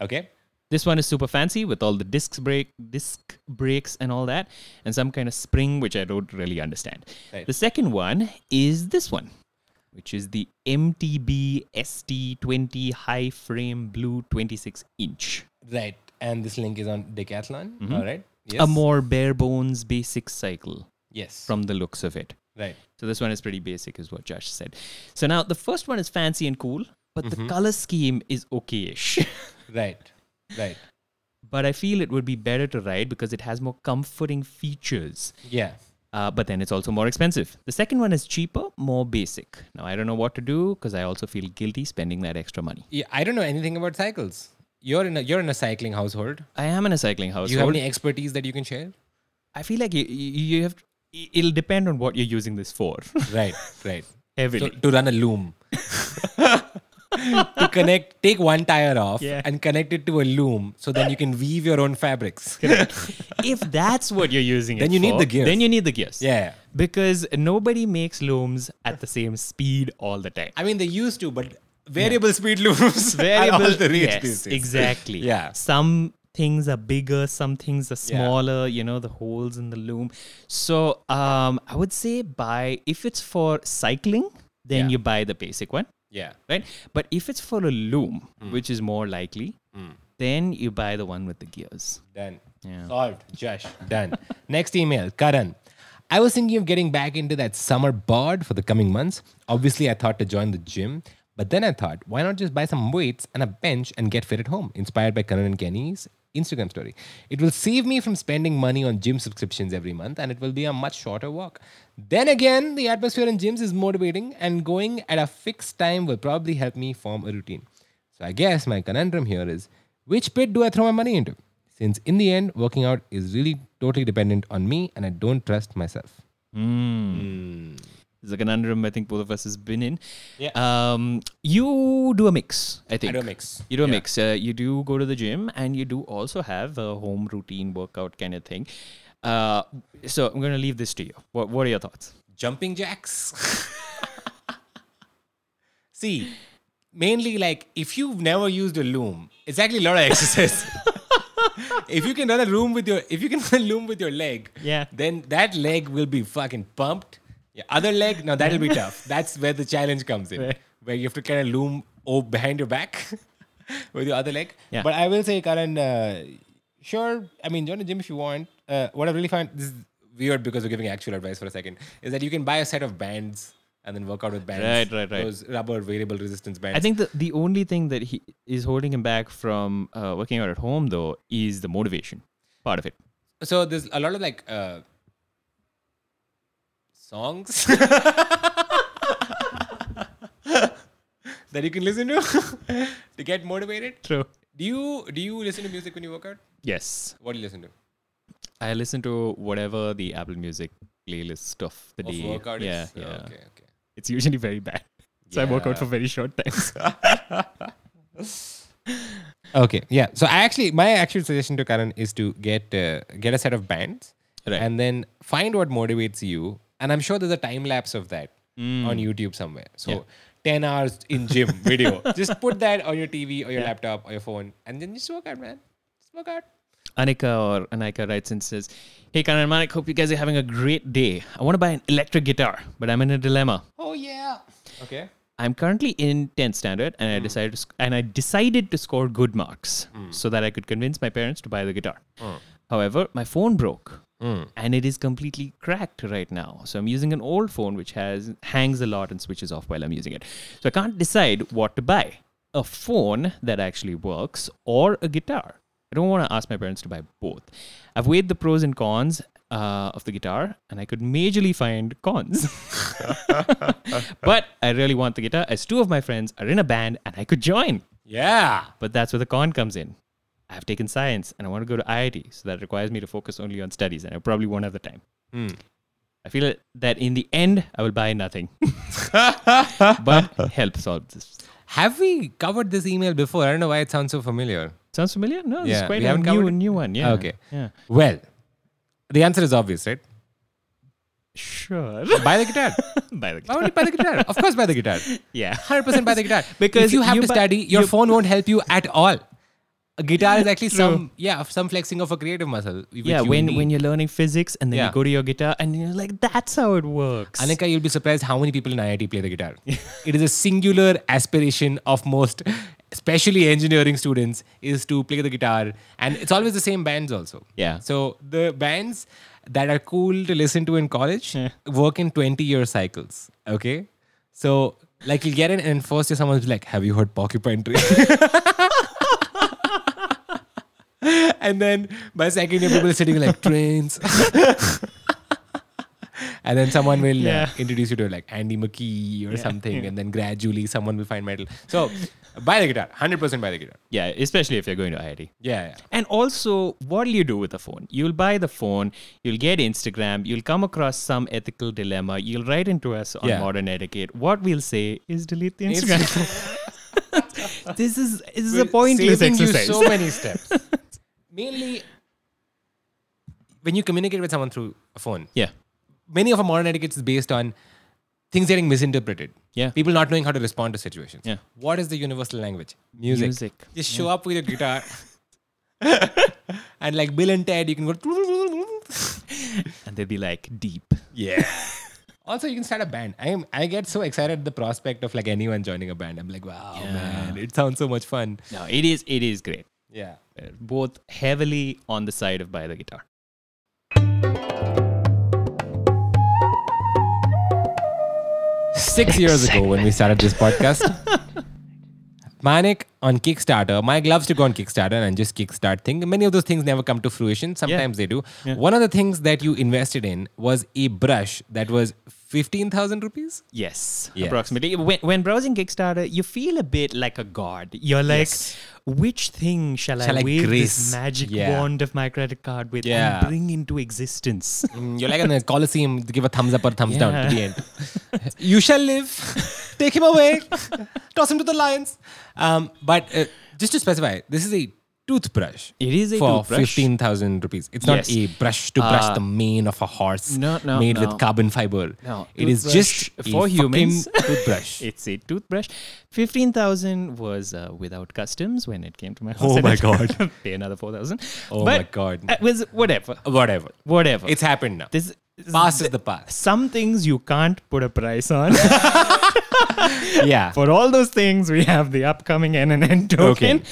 Okay.
This one is super fancy with all the discs break, disc brakes, and all that, and some kind of spring which I don't really understand.
Right.
The second one is this one, which is the MTB ST20 High Frame Blue 26 inch,
Right. And this link is on Decathlon. All right. Yes.
Mm-hmm. a more bare bones basic cycle
yes.
from the looks of it.
right.
So this one is pretty basic, is what Josh said. So now the first one is fancy and cool, but
Mm-hmm.
the color scheme is okayish. <laughs>
Right. Right.
but I feel it would be better to ride because it has more comforting features.
Yeah.
Uh, but then it's also more expensive. The second one is cheaper, more basic. Now, I don't know what to do because I also feel guilty spending that extra money.
yeah. I don't know anything about cycles. You're in a you're in a cycling household.
I am in a cycling
Do you have
household.
any expertise that you can share?
I feel like you, you, you have, it'll depend on what you're using this for. <laughs>
Right. Right.
Heavily.
to, to run a
<laughs>
loom to connect take one tire off
Yeah.
and connect it to a loom so then you can weave your own fabrics
if that's what you're using
Then
it
you need
for,
the gears.
Then you need the gears.
yeah
Because nobody makes looms at the same speed all the time.
i mean they used to but variable speed looms <laughs>
variable
are all the rage
yes,
these days.
exactly
<laughs> Yeah.
some things are bigger some things are smaller you know the holes in the loom so um i would say buy if it's for cycling then
Yeah.
you buy the basic one
yeah
right but if it's for a loom
Mm.
which is more likely then you buy the one with the gears
Done.
Yeah.
Solved. Josh. Done. <laughs> Next email, Karan. I was thinking of getting back into that summer bod for the coming months. Obviously, I thought to join the gym, but then I thought, why not just buy some weights and a bench and get fit at home? Inspired by Karan and Kenny's Instagram story. It will save me from spending money on gym subscriptions every month and it will be a much shorter walk. Then again, the atmosphere in gyms is motivating and going at a fixed time will probably help me form a routine. So I guess my conundrum here is which pit do I throw my money into? Since in the end, working out is really totally dependent on me and I don't trust myself.
It's a conundrum I think both of us has been in.
Yeah.
Um, you do a mix, I think.
do a mix.
You do a
Yeah.
mix. Uh, you do go to the gym, and you do also have a home routine workout kind of thing. Uh, so I'm going to leave this to you. What, what are your thoughts?
jumping jacks. <laughs> See, mainly like if you've never used a loom, it's actually a lot of exercise. <laughs> if you can run a loom with your if you can run a loom with your leg,
Yeah.
then that leg will be fucking pumped. Your other leg, now that'll be tough. That's where the challenge comes in,
Right.
where you have to kind of loom o- behind your back <laughs> with your other leg.
Yeah.
But I will say, Karan, uh, sure. I mean, join the gym if you want. Uh, what I really find this is weird because we're giving actual advice for a second is that you can buy a set of bands and then work out with bands.
Right, right, right.
Those rubber variable resistance bands.
I think the, the only thing that he is holding him back from uh, working out at home, though, is the motivation part of it.
so. There's a lot of like uh, songs. <laughs> That you can listen to <laughs> to get motivated.
True.
Do you do you listen to music when you work out?
Yes.
What do you listen to?
I listen to whatever the Apple Music playlist of the
Of
day.
workout is-
yeah,
oh,
yeah.
Okay, okay.
It's usually very bad. So I work out
Yeah.
for very short times.
Okay, yeah. So I actually, my actual suggestion to Karan is to get uh, get a set of bands,
Right.
and then find what motivates you. And I'm sure there's a time lapse of that on YouTube somewhere. So
Yeah.
10 hours in gym video. just put that on your TV or your laptop or your phone, and then just work out, man. Just work out.
Anika or Anika writes and says, Hey Karan and Manik, hope you guys are having a great day. I want to buy an electric guitar, but I'm in a dilemma.
Oh yeah. Okay.
I'm currently in 10th standard and I decided to sc- and I decided to score good marks so that I could convince my parents to buy the guitar. However, my phone broke and it is completely cracked right now. So I'm using an old phone which has hangs a lot and switches off while I'm using it. So I can't decide what to buy. A phone that actually works or a guitar. I don't want to ask my parents to buy both. I've weighed the pros and cons uh, of the guitar and I could majorly find cons. <laughs> But I really want the guitar as two of my friends are in a band and I could join.
Yeah.
But that's where the con comes in. I've taken science and I want to go to IIT, so that requires me to focus only on studies and I probably won't have the time.
Hmm.
I feel that in the end, I will buy
<laughs>
nothing. but help solve this.
Have we covered this email before? I don't know why it sounds so familiar.
Sounds familiar? No, it's
Yeah,
quite
we
a
haven't
new,
covered it?
new one. Yeah.
Okay.
Yeah.
Well, the answer is obvious, right?
Sure. <laughs>
Buy the guitar.
buy the
Why
guitar.
would you buy the guitar? Of course, buy the guitar.
Yeah.
hundred percent buy the
<laughs>
guitar
Because
if you have
you
to
buy-
study, your
you-
phone won't help you at all. A guitar is actually
True.
some yeah some flexing of a creative muscle. which
Yeah,
you
when,
need.
when you're learning physics and then
Yeah.
you go to your guitar and you're like, that's how it works.
Anika, you'll be surprised how many people in IIT play the
<laughs>
guitar. it is a singular aspiration of most, especially engineering students, is to play the guitar, and it's always the same bands also.
Yeah.
So the bands that are cool to listen to in college
Yeah.
work in twenty-year cycles. Okay. So like you'll get in, and first year someone's like, "Have you heard Porcupine Tree?" <laughs> and then by second year, people are sitting like trains. <laughs> and then someone will
Yeah.
uh, introduce you to like Andy McKee or something, and then gradually someone will find metal. So buy the guitar, hundred percent buy the guitar.
yeah, especially if you're going to IIT.
Yeah, yeah.
And also, what will you do with a phone? You'll buy the phone, you'll get Instagram, you'll come across some ethical dilemma, you'll write into us on
Yeah.
modern etiquette. What we'll say is delete the Instagram. <laughs> this is this is a pointless
Saving
<laughs>
you
exercise.
so many steps. Mainly, when you communicate with someone through a phone,
yeah.
many of our modern etiquettes is based on things getting misinterpreted.
Yeah.
People not knowing how to respond to situations.
Yeah.
What is the universal language?
Music.
Just show up with your guitar. <laughs> and like Bill and Ted, you can go. <laughs>
And they'll be like deep.
yeah. Also, you can start a band. I am. I get so excited at the prospect of like anyone joining a band. I'm like, wow, man, it sounds so much fun.
No, it is it is great.
Yeah.
Uh, Both heavily on the side of buy the guitar.
Six years ago, when we started this podcast, Manik on Kickstarter, my gloves to go on Kickstarter and just kickstart thing. Many of those things never come to fruition. Sometimes they do. One of the things that you invested in was a brush that was 15,000 rupees?
Yes,
Yes.
approximately. When, when browsing Kickstarter, you feel a bit like a god. You're like,
Yes.
which thing shall,
Shall I
I wave
grace?"
this magic
Yeah.
wand of my credit card with
Yeah.
and bring into existence?
<laughs> Mm, You're like in the Colosseum, give a thumbs up or thumbs down to the end. <laughs> you shall live. Take him away. Toss him to the lions. Um, but uh, just to specify, this is a toothbrush.
It is a
for
toothbrush.
15,000 rupees. It's not
Yes.
a brush to brush
Uh,
the mane of a horse
no, no,
made
no.
with carbon fiber.
No,
it is just
toothbrush
a
for humans.
fucking <laughs> toothbrush.
it's a toothbrush. 15,000 was uh, without customs when it came to my house. <laughs>
Oh
I
my
didn't Pay another 4,000.
Oh
But
my God.
It was whatever.
Whatever.
Whatever.
It's happened now.
this,
past is
<laughs>
the past.
some things you can't put a price on.
Yeah.
For all those things, we have the upcoming NNN <laughs> token.
Okay.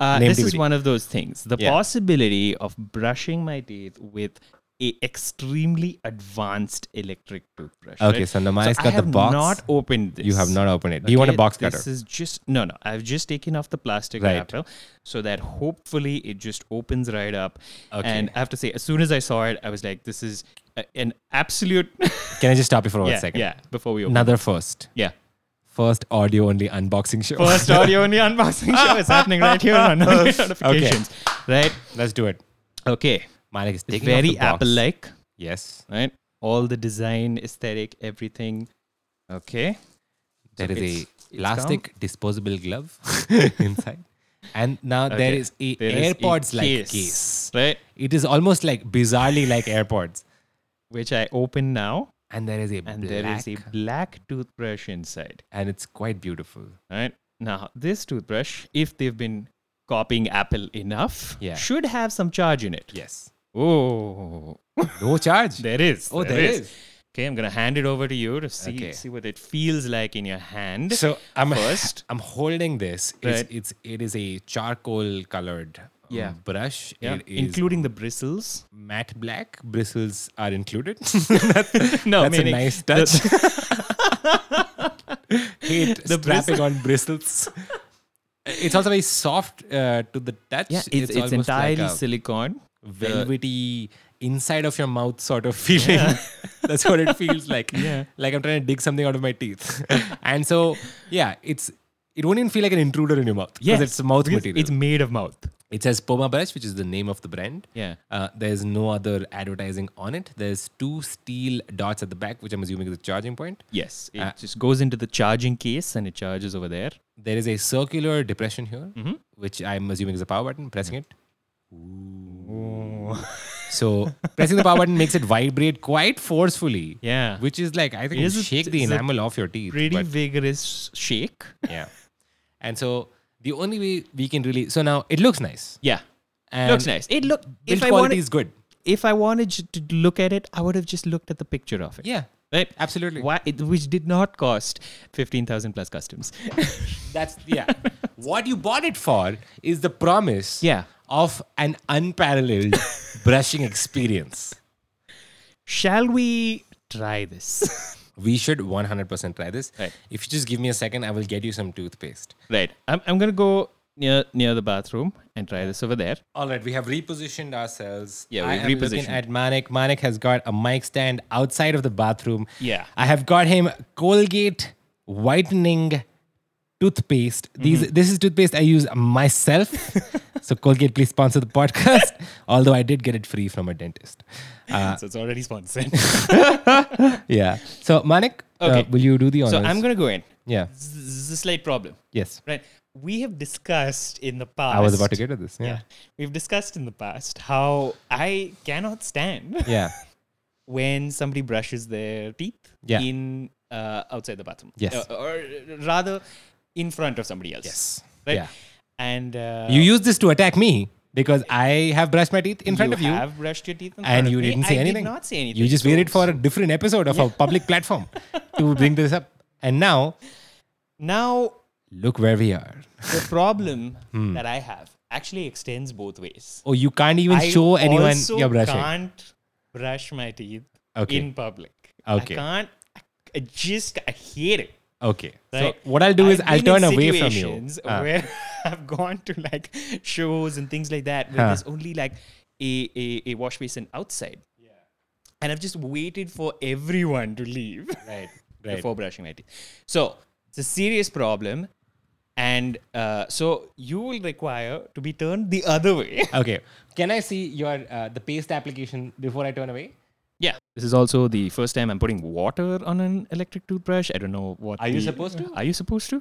Uh,
Name
this is
DVD.
one of those things. The
Yeah.
possibility of brushing my teeth with a extremely advanced electric toothbrush.
Okay,
right?
so Namai's
I
got the
have
box.
Not opened this.
You have not opened it. Do you want a
Okay,
box cutter?
This is just no, no. I've just taken off the plastic
Right.
wrapper so that hopefully it just opens right up.
Okay.
And I have to say, as soon as I saw it, I was like, "This is a, an absolute."
Can I just stop you for one
<laughs> yeah,
second?
yeah. Before we open,
Another first.
yeah.
First audio only unboxing show.
First audio only unboxing show is happening right here on our notifications. Right?
<laughs> Let's do it.
Okay.
Malik is taking off the
Very
box.
Apple like,
Yes.
right? All the design, aesthetic, everything. Okay.
There is
it's-
a
it's
plastic disposable glove <laughs> inside. And now there
Okay.
is a
There is a
AirPods like
case.
case.
Right?
It is almost like bizarrely like AirPods.
Which I open now.
And there is a
And
black
there is a black toothbrush inside.
and it's quite beautiful.
Right? Now, this toothbrush, if they've been copying Apple enough,
Yeah.
should have some charge in it.
Yes.
Oh,
No charge.
there is.
Oh, there is.
Okay, I'm going to hand it over to you to see,
Okay.
see what it feels like in your hand.
So I'm
First.
I'm holding this.
Right.
It's, it's it is a charcoal colored um,
Yeah.
brush.
Yeah,
It is
including the bristles. <laughs>
matte black. Bristles are included. <laughs> That-
No,
that's a
meaning
nice
the- <laughs>
touch. Hate
The
strapping on
<laughs>
bristles. It's also very soft uh, to the touch.
Yeah, it's, it's,
almost
entirely
like a
silicone.
velvety inside of your mouth sort of <laughs> feeling. That's what it feels like.
Yeah.
Like I'm trying to dig something out of my teeth. <laughs> and so, yeah, it's it won't even feel like an intruder in your mouth because
Yes,
it's mouth
because
material.
It's made of mouth.
it says Poma Brush, which is the name of the brand.
Yeah.
Uh, there's no other advertising on it. There's two steel dots at the back, which I'm assuming is the charging point.
Yes, it
Uh,
just goes into the charging case and it charges over there.
There is a circular depression here,
Mm-hmm.
which I'm assuming is a power button. Pressing it. So pressing the power button makes it vibrate quite forcefully.
Yeah.
Which is like I think
It is
will
a-
shake the
it's a
enamel off your teeth.
Pretty
but-
vigorous
<laughs>
shake.
yeah. And so the only way we can really so now it looks nice.
Yeah,
And
looks nice. It look
Build
if I
quality
wanted
is good.
if I wanted j- to look at it, I would have just looked at the picture of it.
Yeah.
right.
Absolutely.
Why, it, which did not cost fifteen thousand plus customs.
That's
<laughs>
yeah. what you bought it for is the promise
<laughs> Yeah.
of an
<laughs>
unparalleled brushing experience.
Shall we try this?
We should 100% try this.
Right.
If you just give me a second, I will get you some toothpaste.
<laughs> Right. I'm, I'm gonna go near near the bathroom and try this over there.
All right, we have repositioned ourselves.
Yeah,
I
we've
am looking
repositioned.
at Manik. Manik has got a mic stand outside of the bathroom.
Yeah.
I have got him Colgate whitening toothpaste. These this is toothpaste I use <laughs> myself. so Colgate, please sponsor the podcast. <laughs> Although I did get it free from a dentist. Uh, <laughs>
<laughs> so it's already sponsored.
Yeah. So Manik, uh,
Okay.
will you do the honors?
so I'm gonna go in.
Yeah.
This is a slight problem,
Yes.
right? We have discussed in the past.
I was about to get to this. Yeah.
We've discussed in the past how I cannot stand <laughs>
Yeah. <laughs>
when somebody brushes their teeth
Yeah.
in uh, outside the bathroom.
Yes.
Uh, or rather, in front of somebody else.
Yes.
Right.
Yeah.
And uh,
You use this to attack me because I have brushed my teeth in front of you.
have brushed your teeth in front
and
of
you
me.
didn't say
I
anything.
Did not say anything.
You just
So-
waited for a different episode of a public platform
<laughs>
to bring this up, and now
now
look where we are.
the problem that I have actually extends both ways.
Oh, you can't even
I
show anyone
also
you're brushing.
can't brush my teeth
Okay.
in public.
Okay.
I can't. I, I just I hate it.
Okay,
Right?
so what I'll do is
I've
I'll
been in
turn away from you.
situations
Ah,
Where <laughs> I've gone to like shows and things like that, where
Huh.
there's only like a, a, a wash basin outside. and I've just waited for everyone to leave <laughs>
Right. Right.
before brushing my teeth. So it's a serious problem. And uh, so you will require to be turned the other way. <laughs>
Okay. Can I see your uh, the paste application before I turn
<laughs>
away?
yeah. This is also the first time I'm putting water on an electric toothbrush. I don't know what.
Are you
the-
supposed to?
Are you supposed to?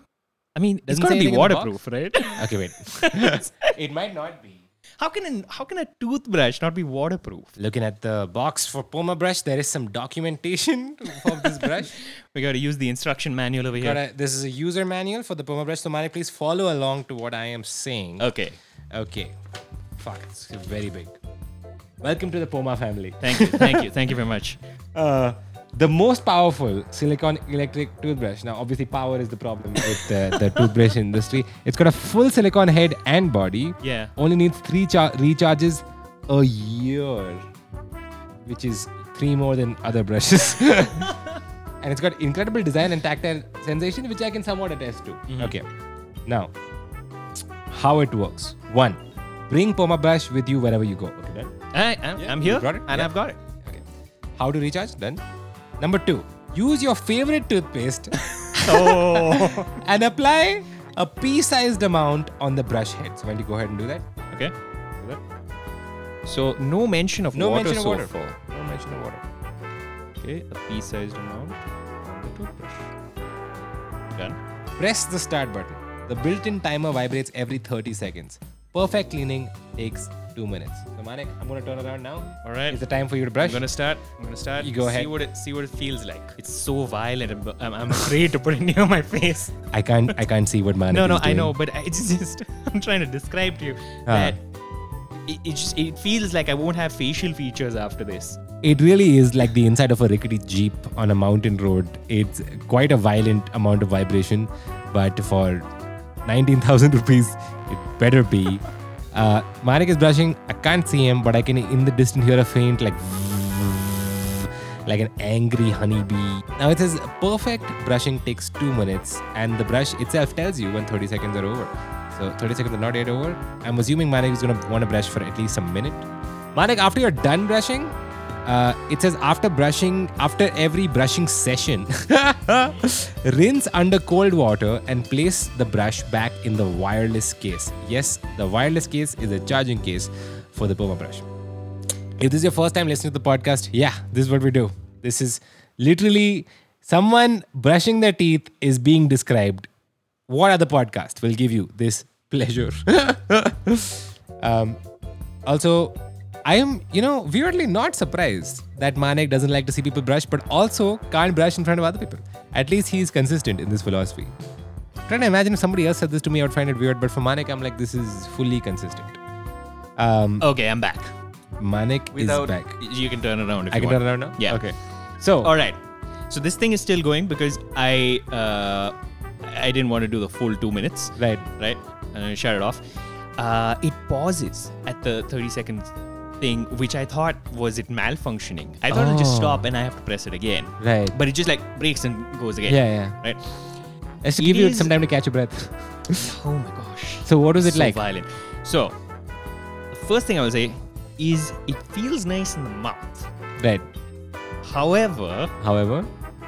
I mean, it's
Doesn't
got to
say
be
anything in the box.
waterproof, right? <laughs>
Okay, wait. it might not be.
how can an, how can a toothbrush not be waterproof?
Looking at the box for Poma brush, there is some documentation <laughs> of this brush.
<laughs> We got to use the instruction manual over here.
Got a- this is a user manual for the Poma brush, so Mane, please follow along to what I am saying.
Okay.
Okay. Fuck, it's very big. Welcome to the Poma family.
Thank you. Thank you. Thank you very much.
Uh, the most powerful silicon electric toothbrush. Now, obviously, power is the problem with uh, the toothbrush industry. It's got a full silicon head and body.
Yeah.
Only needs three char- recharges a year, which is three more than other brushes. <laughs> and it's got incredible design and tactile sensation, which I can somewhat attest to. Okay. Now, how it works. One, bring Poma brush with you wherever you go. Okay, done?
I, I'm, I'm
you
here
got it?
and
Yeah.
I've got it.
Okay. How to recharge? Done. Number two, use your favorite toothpaste
<laughs>
<laughs>
Oh.
and apply a pea-sized amount on the brush head. So, why don't you go ahead and do that?
okay. So no mention of
No
water
mention of
so
water.
far.
No mention of water.
Okay, a pea-sized amount on the toothbrush. Done.
Press the start button. The built-in timer vibrates every 30 seconds. Perfect cleaning takes two minutes. So, Manik, I'm gonna turn around now.
All right.
It's the time for you to
I'm
brush.
gonna start. I'm gonna start.
You go ahead.
See what it see what it feels like. It's so violent. I'm, I'm, I'm afraid to put it <laughs> near my face.
I can't. I can't see what Manik.
No,
is
no, I
doing. Ah.
know, but I- <laughs> it's just I'm trying to describe to you that it, it just it feels like I won't have facial features after this.
It really is like the inside of a rickety jeep on a mountain road. It's quite a violent amount of vibration, but for 19,000 rupees, it better be. Uh, Manik is brushing. I can't see him, but I can in the distance hear a faint like like an angry honeybee. Now it says perfect brushing takes two minutes, and the brush itself tells you when 30 seconds are over. So 30 seconds are not yet over. I'm assuming Manik is gonna want to brush for at least a minute. Manik, after you're done brushing, uh, it says after brushing, after every brushing session, <laughs> rinse under cold water and place the brush back in the wireless case. Yes, the wireless case is a charging case for the Poma brush. If this is your first time listening to the podcast, yeah, this is what we do. This is literally someone brushing their teeth is being described. What other podcast will give you this pleasure? <laughs> um, also, I am, you know, weirdly not surprised that Manek doesn't like to see people brush, but also can't brush in front of other people. At least he is consistent in this philosophy. I'm trying to imagine if somebody else said this to me, I would find it weird, but for Manek, I'm like, this is fully consistent. Um,
Okay, I'm back.
Manek is back.
you can turn around. If
I
you
can
want.
turn around now?
Yeah.
Okay. So,
All right. So this thing is still going because I uh, I didn't want to do the full two minutes.
Right.
Right. And I shut it off. Uh, it pauses at the 30 second thing, which I thought was it malfunctioning. I thought it'll just
Oh.
stop and I have to press it again.
Right.
But it just like breaks and goes again.
Yeah, yeah.
Right.
let's
it
give you
is-
some time to catch your breath.
Oh my gosh.
So, what was it
so
like?
Violent. So the first thing I will say is it feels nice in the mouth.
Right.
However,
However,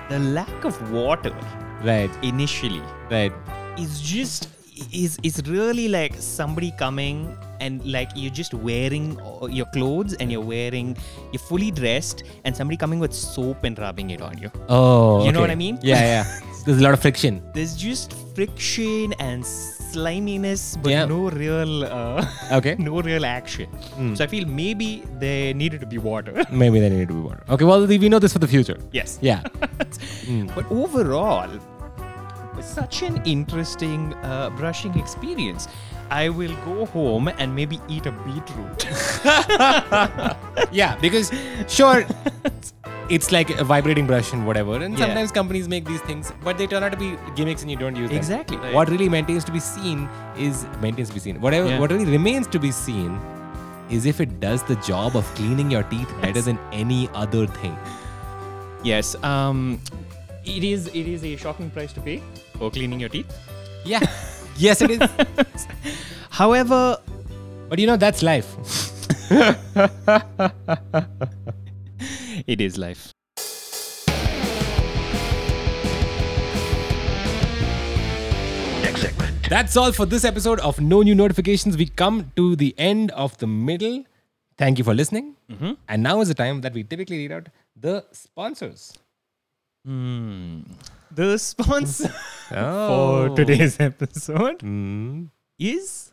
the lack of water
right,
initially
right.
is just is is really like somebody coming and like you're just wearing uh, your clothes and you're wearing you're fully dressed and somebody coming with soap and rubbing it on you
Oh,
You know
okay.
what I mean?
Yeah, yeah. <laughs> There's a lot of friction.
there's just friction and sliminess but
Yeah.
no real uh,
Okay.
<laughs>
Hmm.
no real action so i feel maybe there needed to be water <laughs>
Maybe they need to be water. Okay, well, we know this for the future.
yes
Yeah.
<laughs> But overall, it's such an interesting uh, brushing experience. I will go home and maybe eat a beetroot.
<laughs> yeah, because
<laughs>
sure, it's like a vibrating brush and whatever. And
Yeah.
sometimes companies make these things, but they turn out to be gimmicks and you don't use them.
Exactly. Right.
What really maintains to be seen is maintains to be seen. Whatever
Yeah.
what really remains to be seen is if it does the job of cleaning your teeth better than any other thing.
yes. Um, it is. It is a shocking price to pay for cleaning your teeth.
Yeah. yes, <laughs> it is.
However,
But you know that's life.
It is life.
That's all for this episode of No New Notifications. We come to the end of the middle. Thank you for listening. And now is the time that we typically read out the sponsors.
The sponsor <laughs>
Oh.
for today's episode
Mm.
is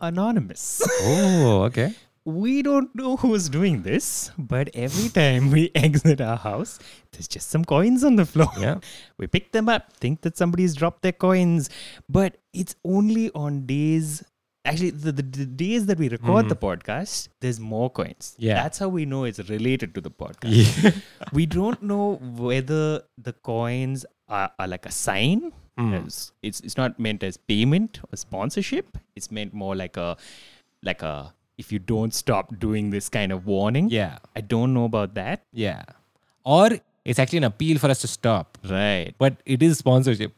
anonymous. <laughs>
Oh, okay.
we don't know who's doing this, but every time we <laughs> exit our house, there's just some coins on the floor.
Yeah.
<laughs> We pick them up, think that somebody's dropped their coins, but it's only on days. Actually, the, the, the days that we record the podcast, there's more coins.
Hmm. Yeah.
That's how we know it's related to the podcast we don't know whether the coins are, are like a sign. As- It's it's not meant as payment or sponsorship. It's meant more like a like a if you don't stop doing this kind of warning.
Yeah.
I don't know about that.
Yeah. Or it's actually an appeal for us to stop,
Right.
but it is sponsorship.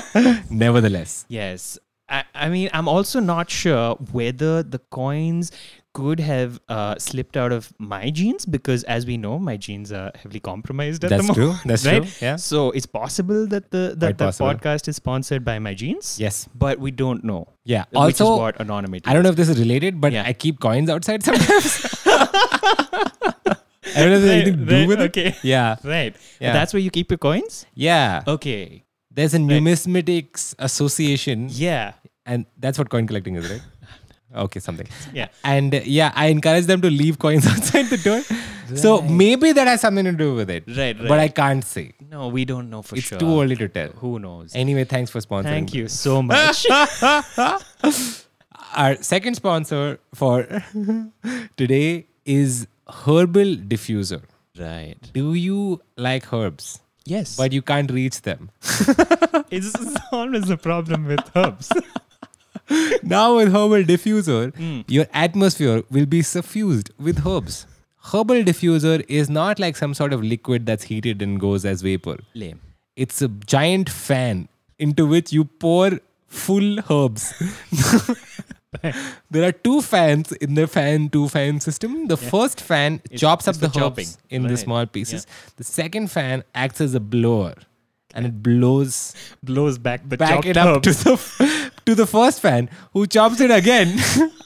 <laughs> Nevertheless.
Yes. I, I mean, I'm also not sure whether the coins could have uh, slipped out of my jeans because, as we know, my jeans are heavily compromised at
That's
the moment.
true. That's
right?
true. Yeah.
So it's possible that the that
Quite
the
possible.
podcast is sponsored by my jeans.
Yes.
But we don't know.
Yeah.
Which
Also,
is what anonymity.
I don't know if this is related, but
Yeah.
I keep coins outside sometimes. <laughs> I don't know if there's
Right,
anything to do
right,
with
okay.
it. Yeah.
Right.
Yeah.
That's where you keep your coins.
Yeah.
Okay.
There's a numismatics association,
Yeah.
and that's what coin collecting is, right? Okay, something.
Yeah.
And uh, yeah, I encourage them to leave coins <laughs> outside the door. So maybe that has something to do with it.
Right,
But
right.
I can't say.
No, we don't know for
It's
sure.
too early to tell.
Who knows?
Anyway, thanks for sponsoring.
Thank you so
<laughs>
much.
Our second sponsor for today is Herbal Diffuser.
right.
Do you like herbs?
Yes.
But you can't reach them. <laughs>
It's <laughs> always a problem with herbs.
Now with Herbal Diffuser, your atmosphere will be suffused with herbs. Herbal Diffuser is not like some sort of liquid that's heated and goes as vapor.
Lame.
It's a giant fan into which you pour full herbs. <laughs> there are two fans in the fan two fan system. The first fan chops
it's
up the
for chopping,
herbs in the
right.
small pieces. The second fan acts as a blower and it
<laughs>
blows
Blows back the
back
chopped
it up to
herbs.
the to the first fan who chops it
<laughs>
again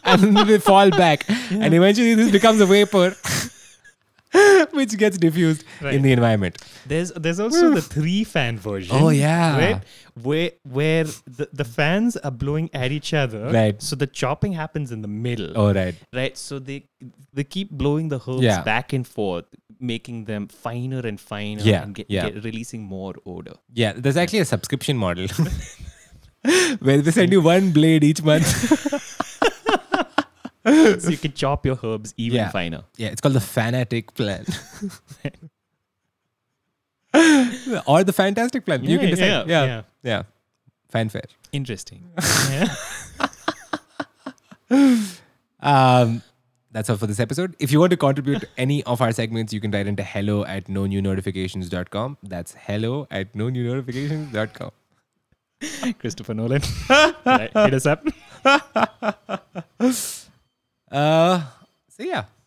and then they fall back and eventually this becomes a vapor <laughs> which gets diffused in
Right.
the environment
<laughs> There's there's also the three fan version.
Oh, yeah.
Right? Where where the, the fans are blowing at each other.
Right.
So the chopping happens in the middle.
all right
Right. So they they keep blowing the herbs
Yeah.
back and forth, making them finer and finer
Yeah,
and get,
yeah.
get- releasing more odor. <laughs>
yeah there's actually a subscription model <laughs> where they send you one blade each month
so you can chop your herbs even
<laughs> Yeah.
finer.
yeah it's called the
<laughs>
fanatic plan or the fantastic plan you
Yeah,
can decide
yeah,
yeah,
yeah.
yeah. fanfare
Interesting.
<laughs>
<laughs>
Um, that's all for this episode. If you want to contribute to any of our segments, you can write into hello at no new notifications.com. That's hello at no new notifications.com.
Christopher
<laughs>
Nolan. right, hit us up.
Uh, so, yeah.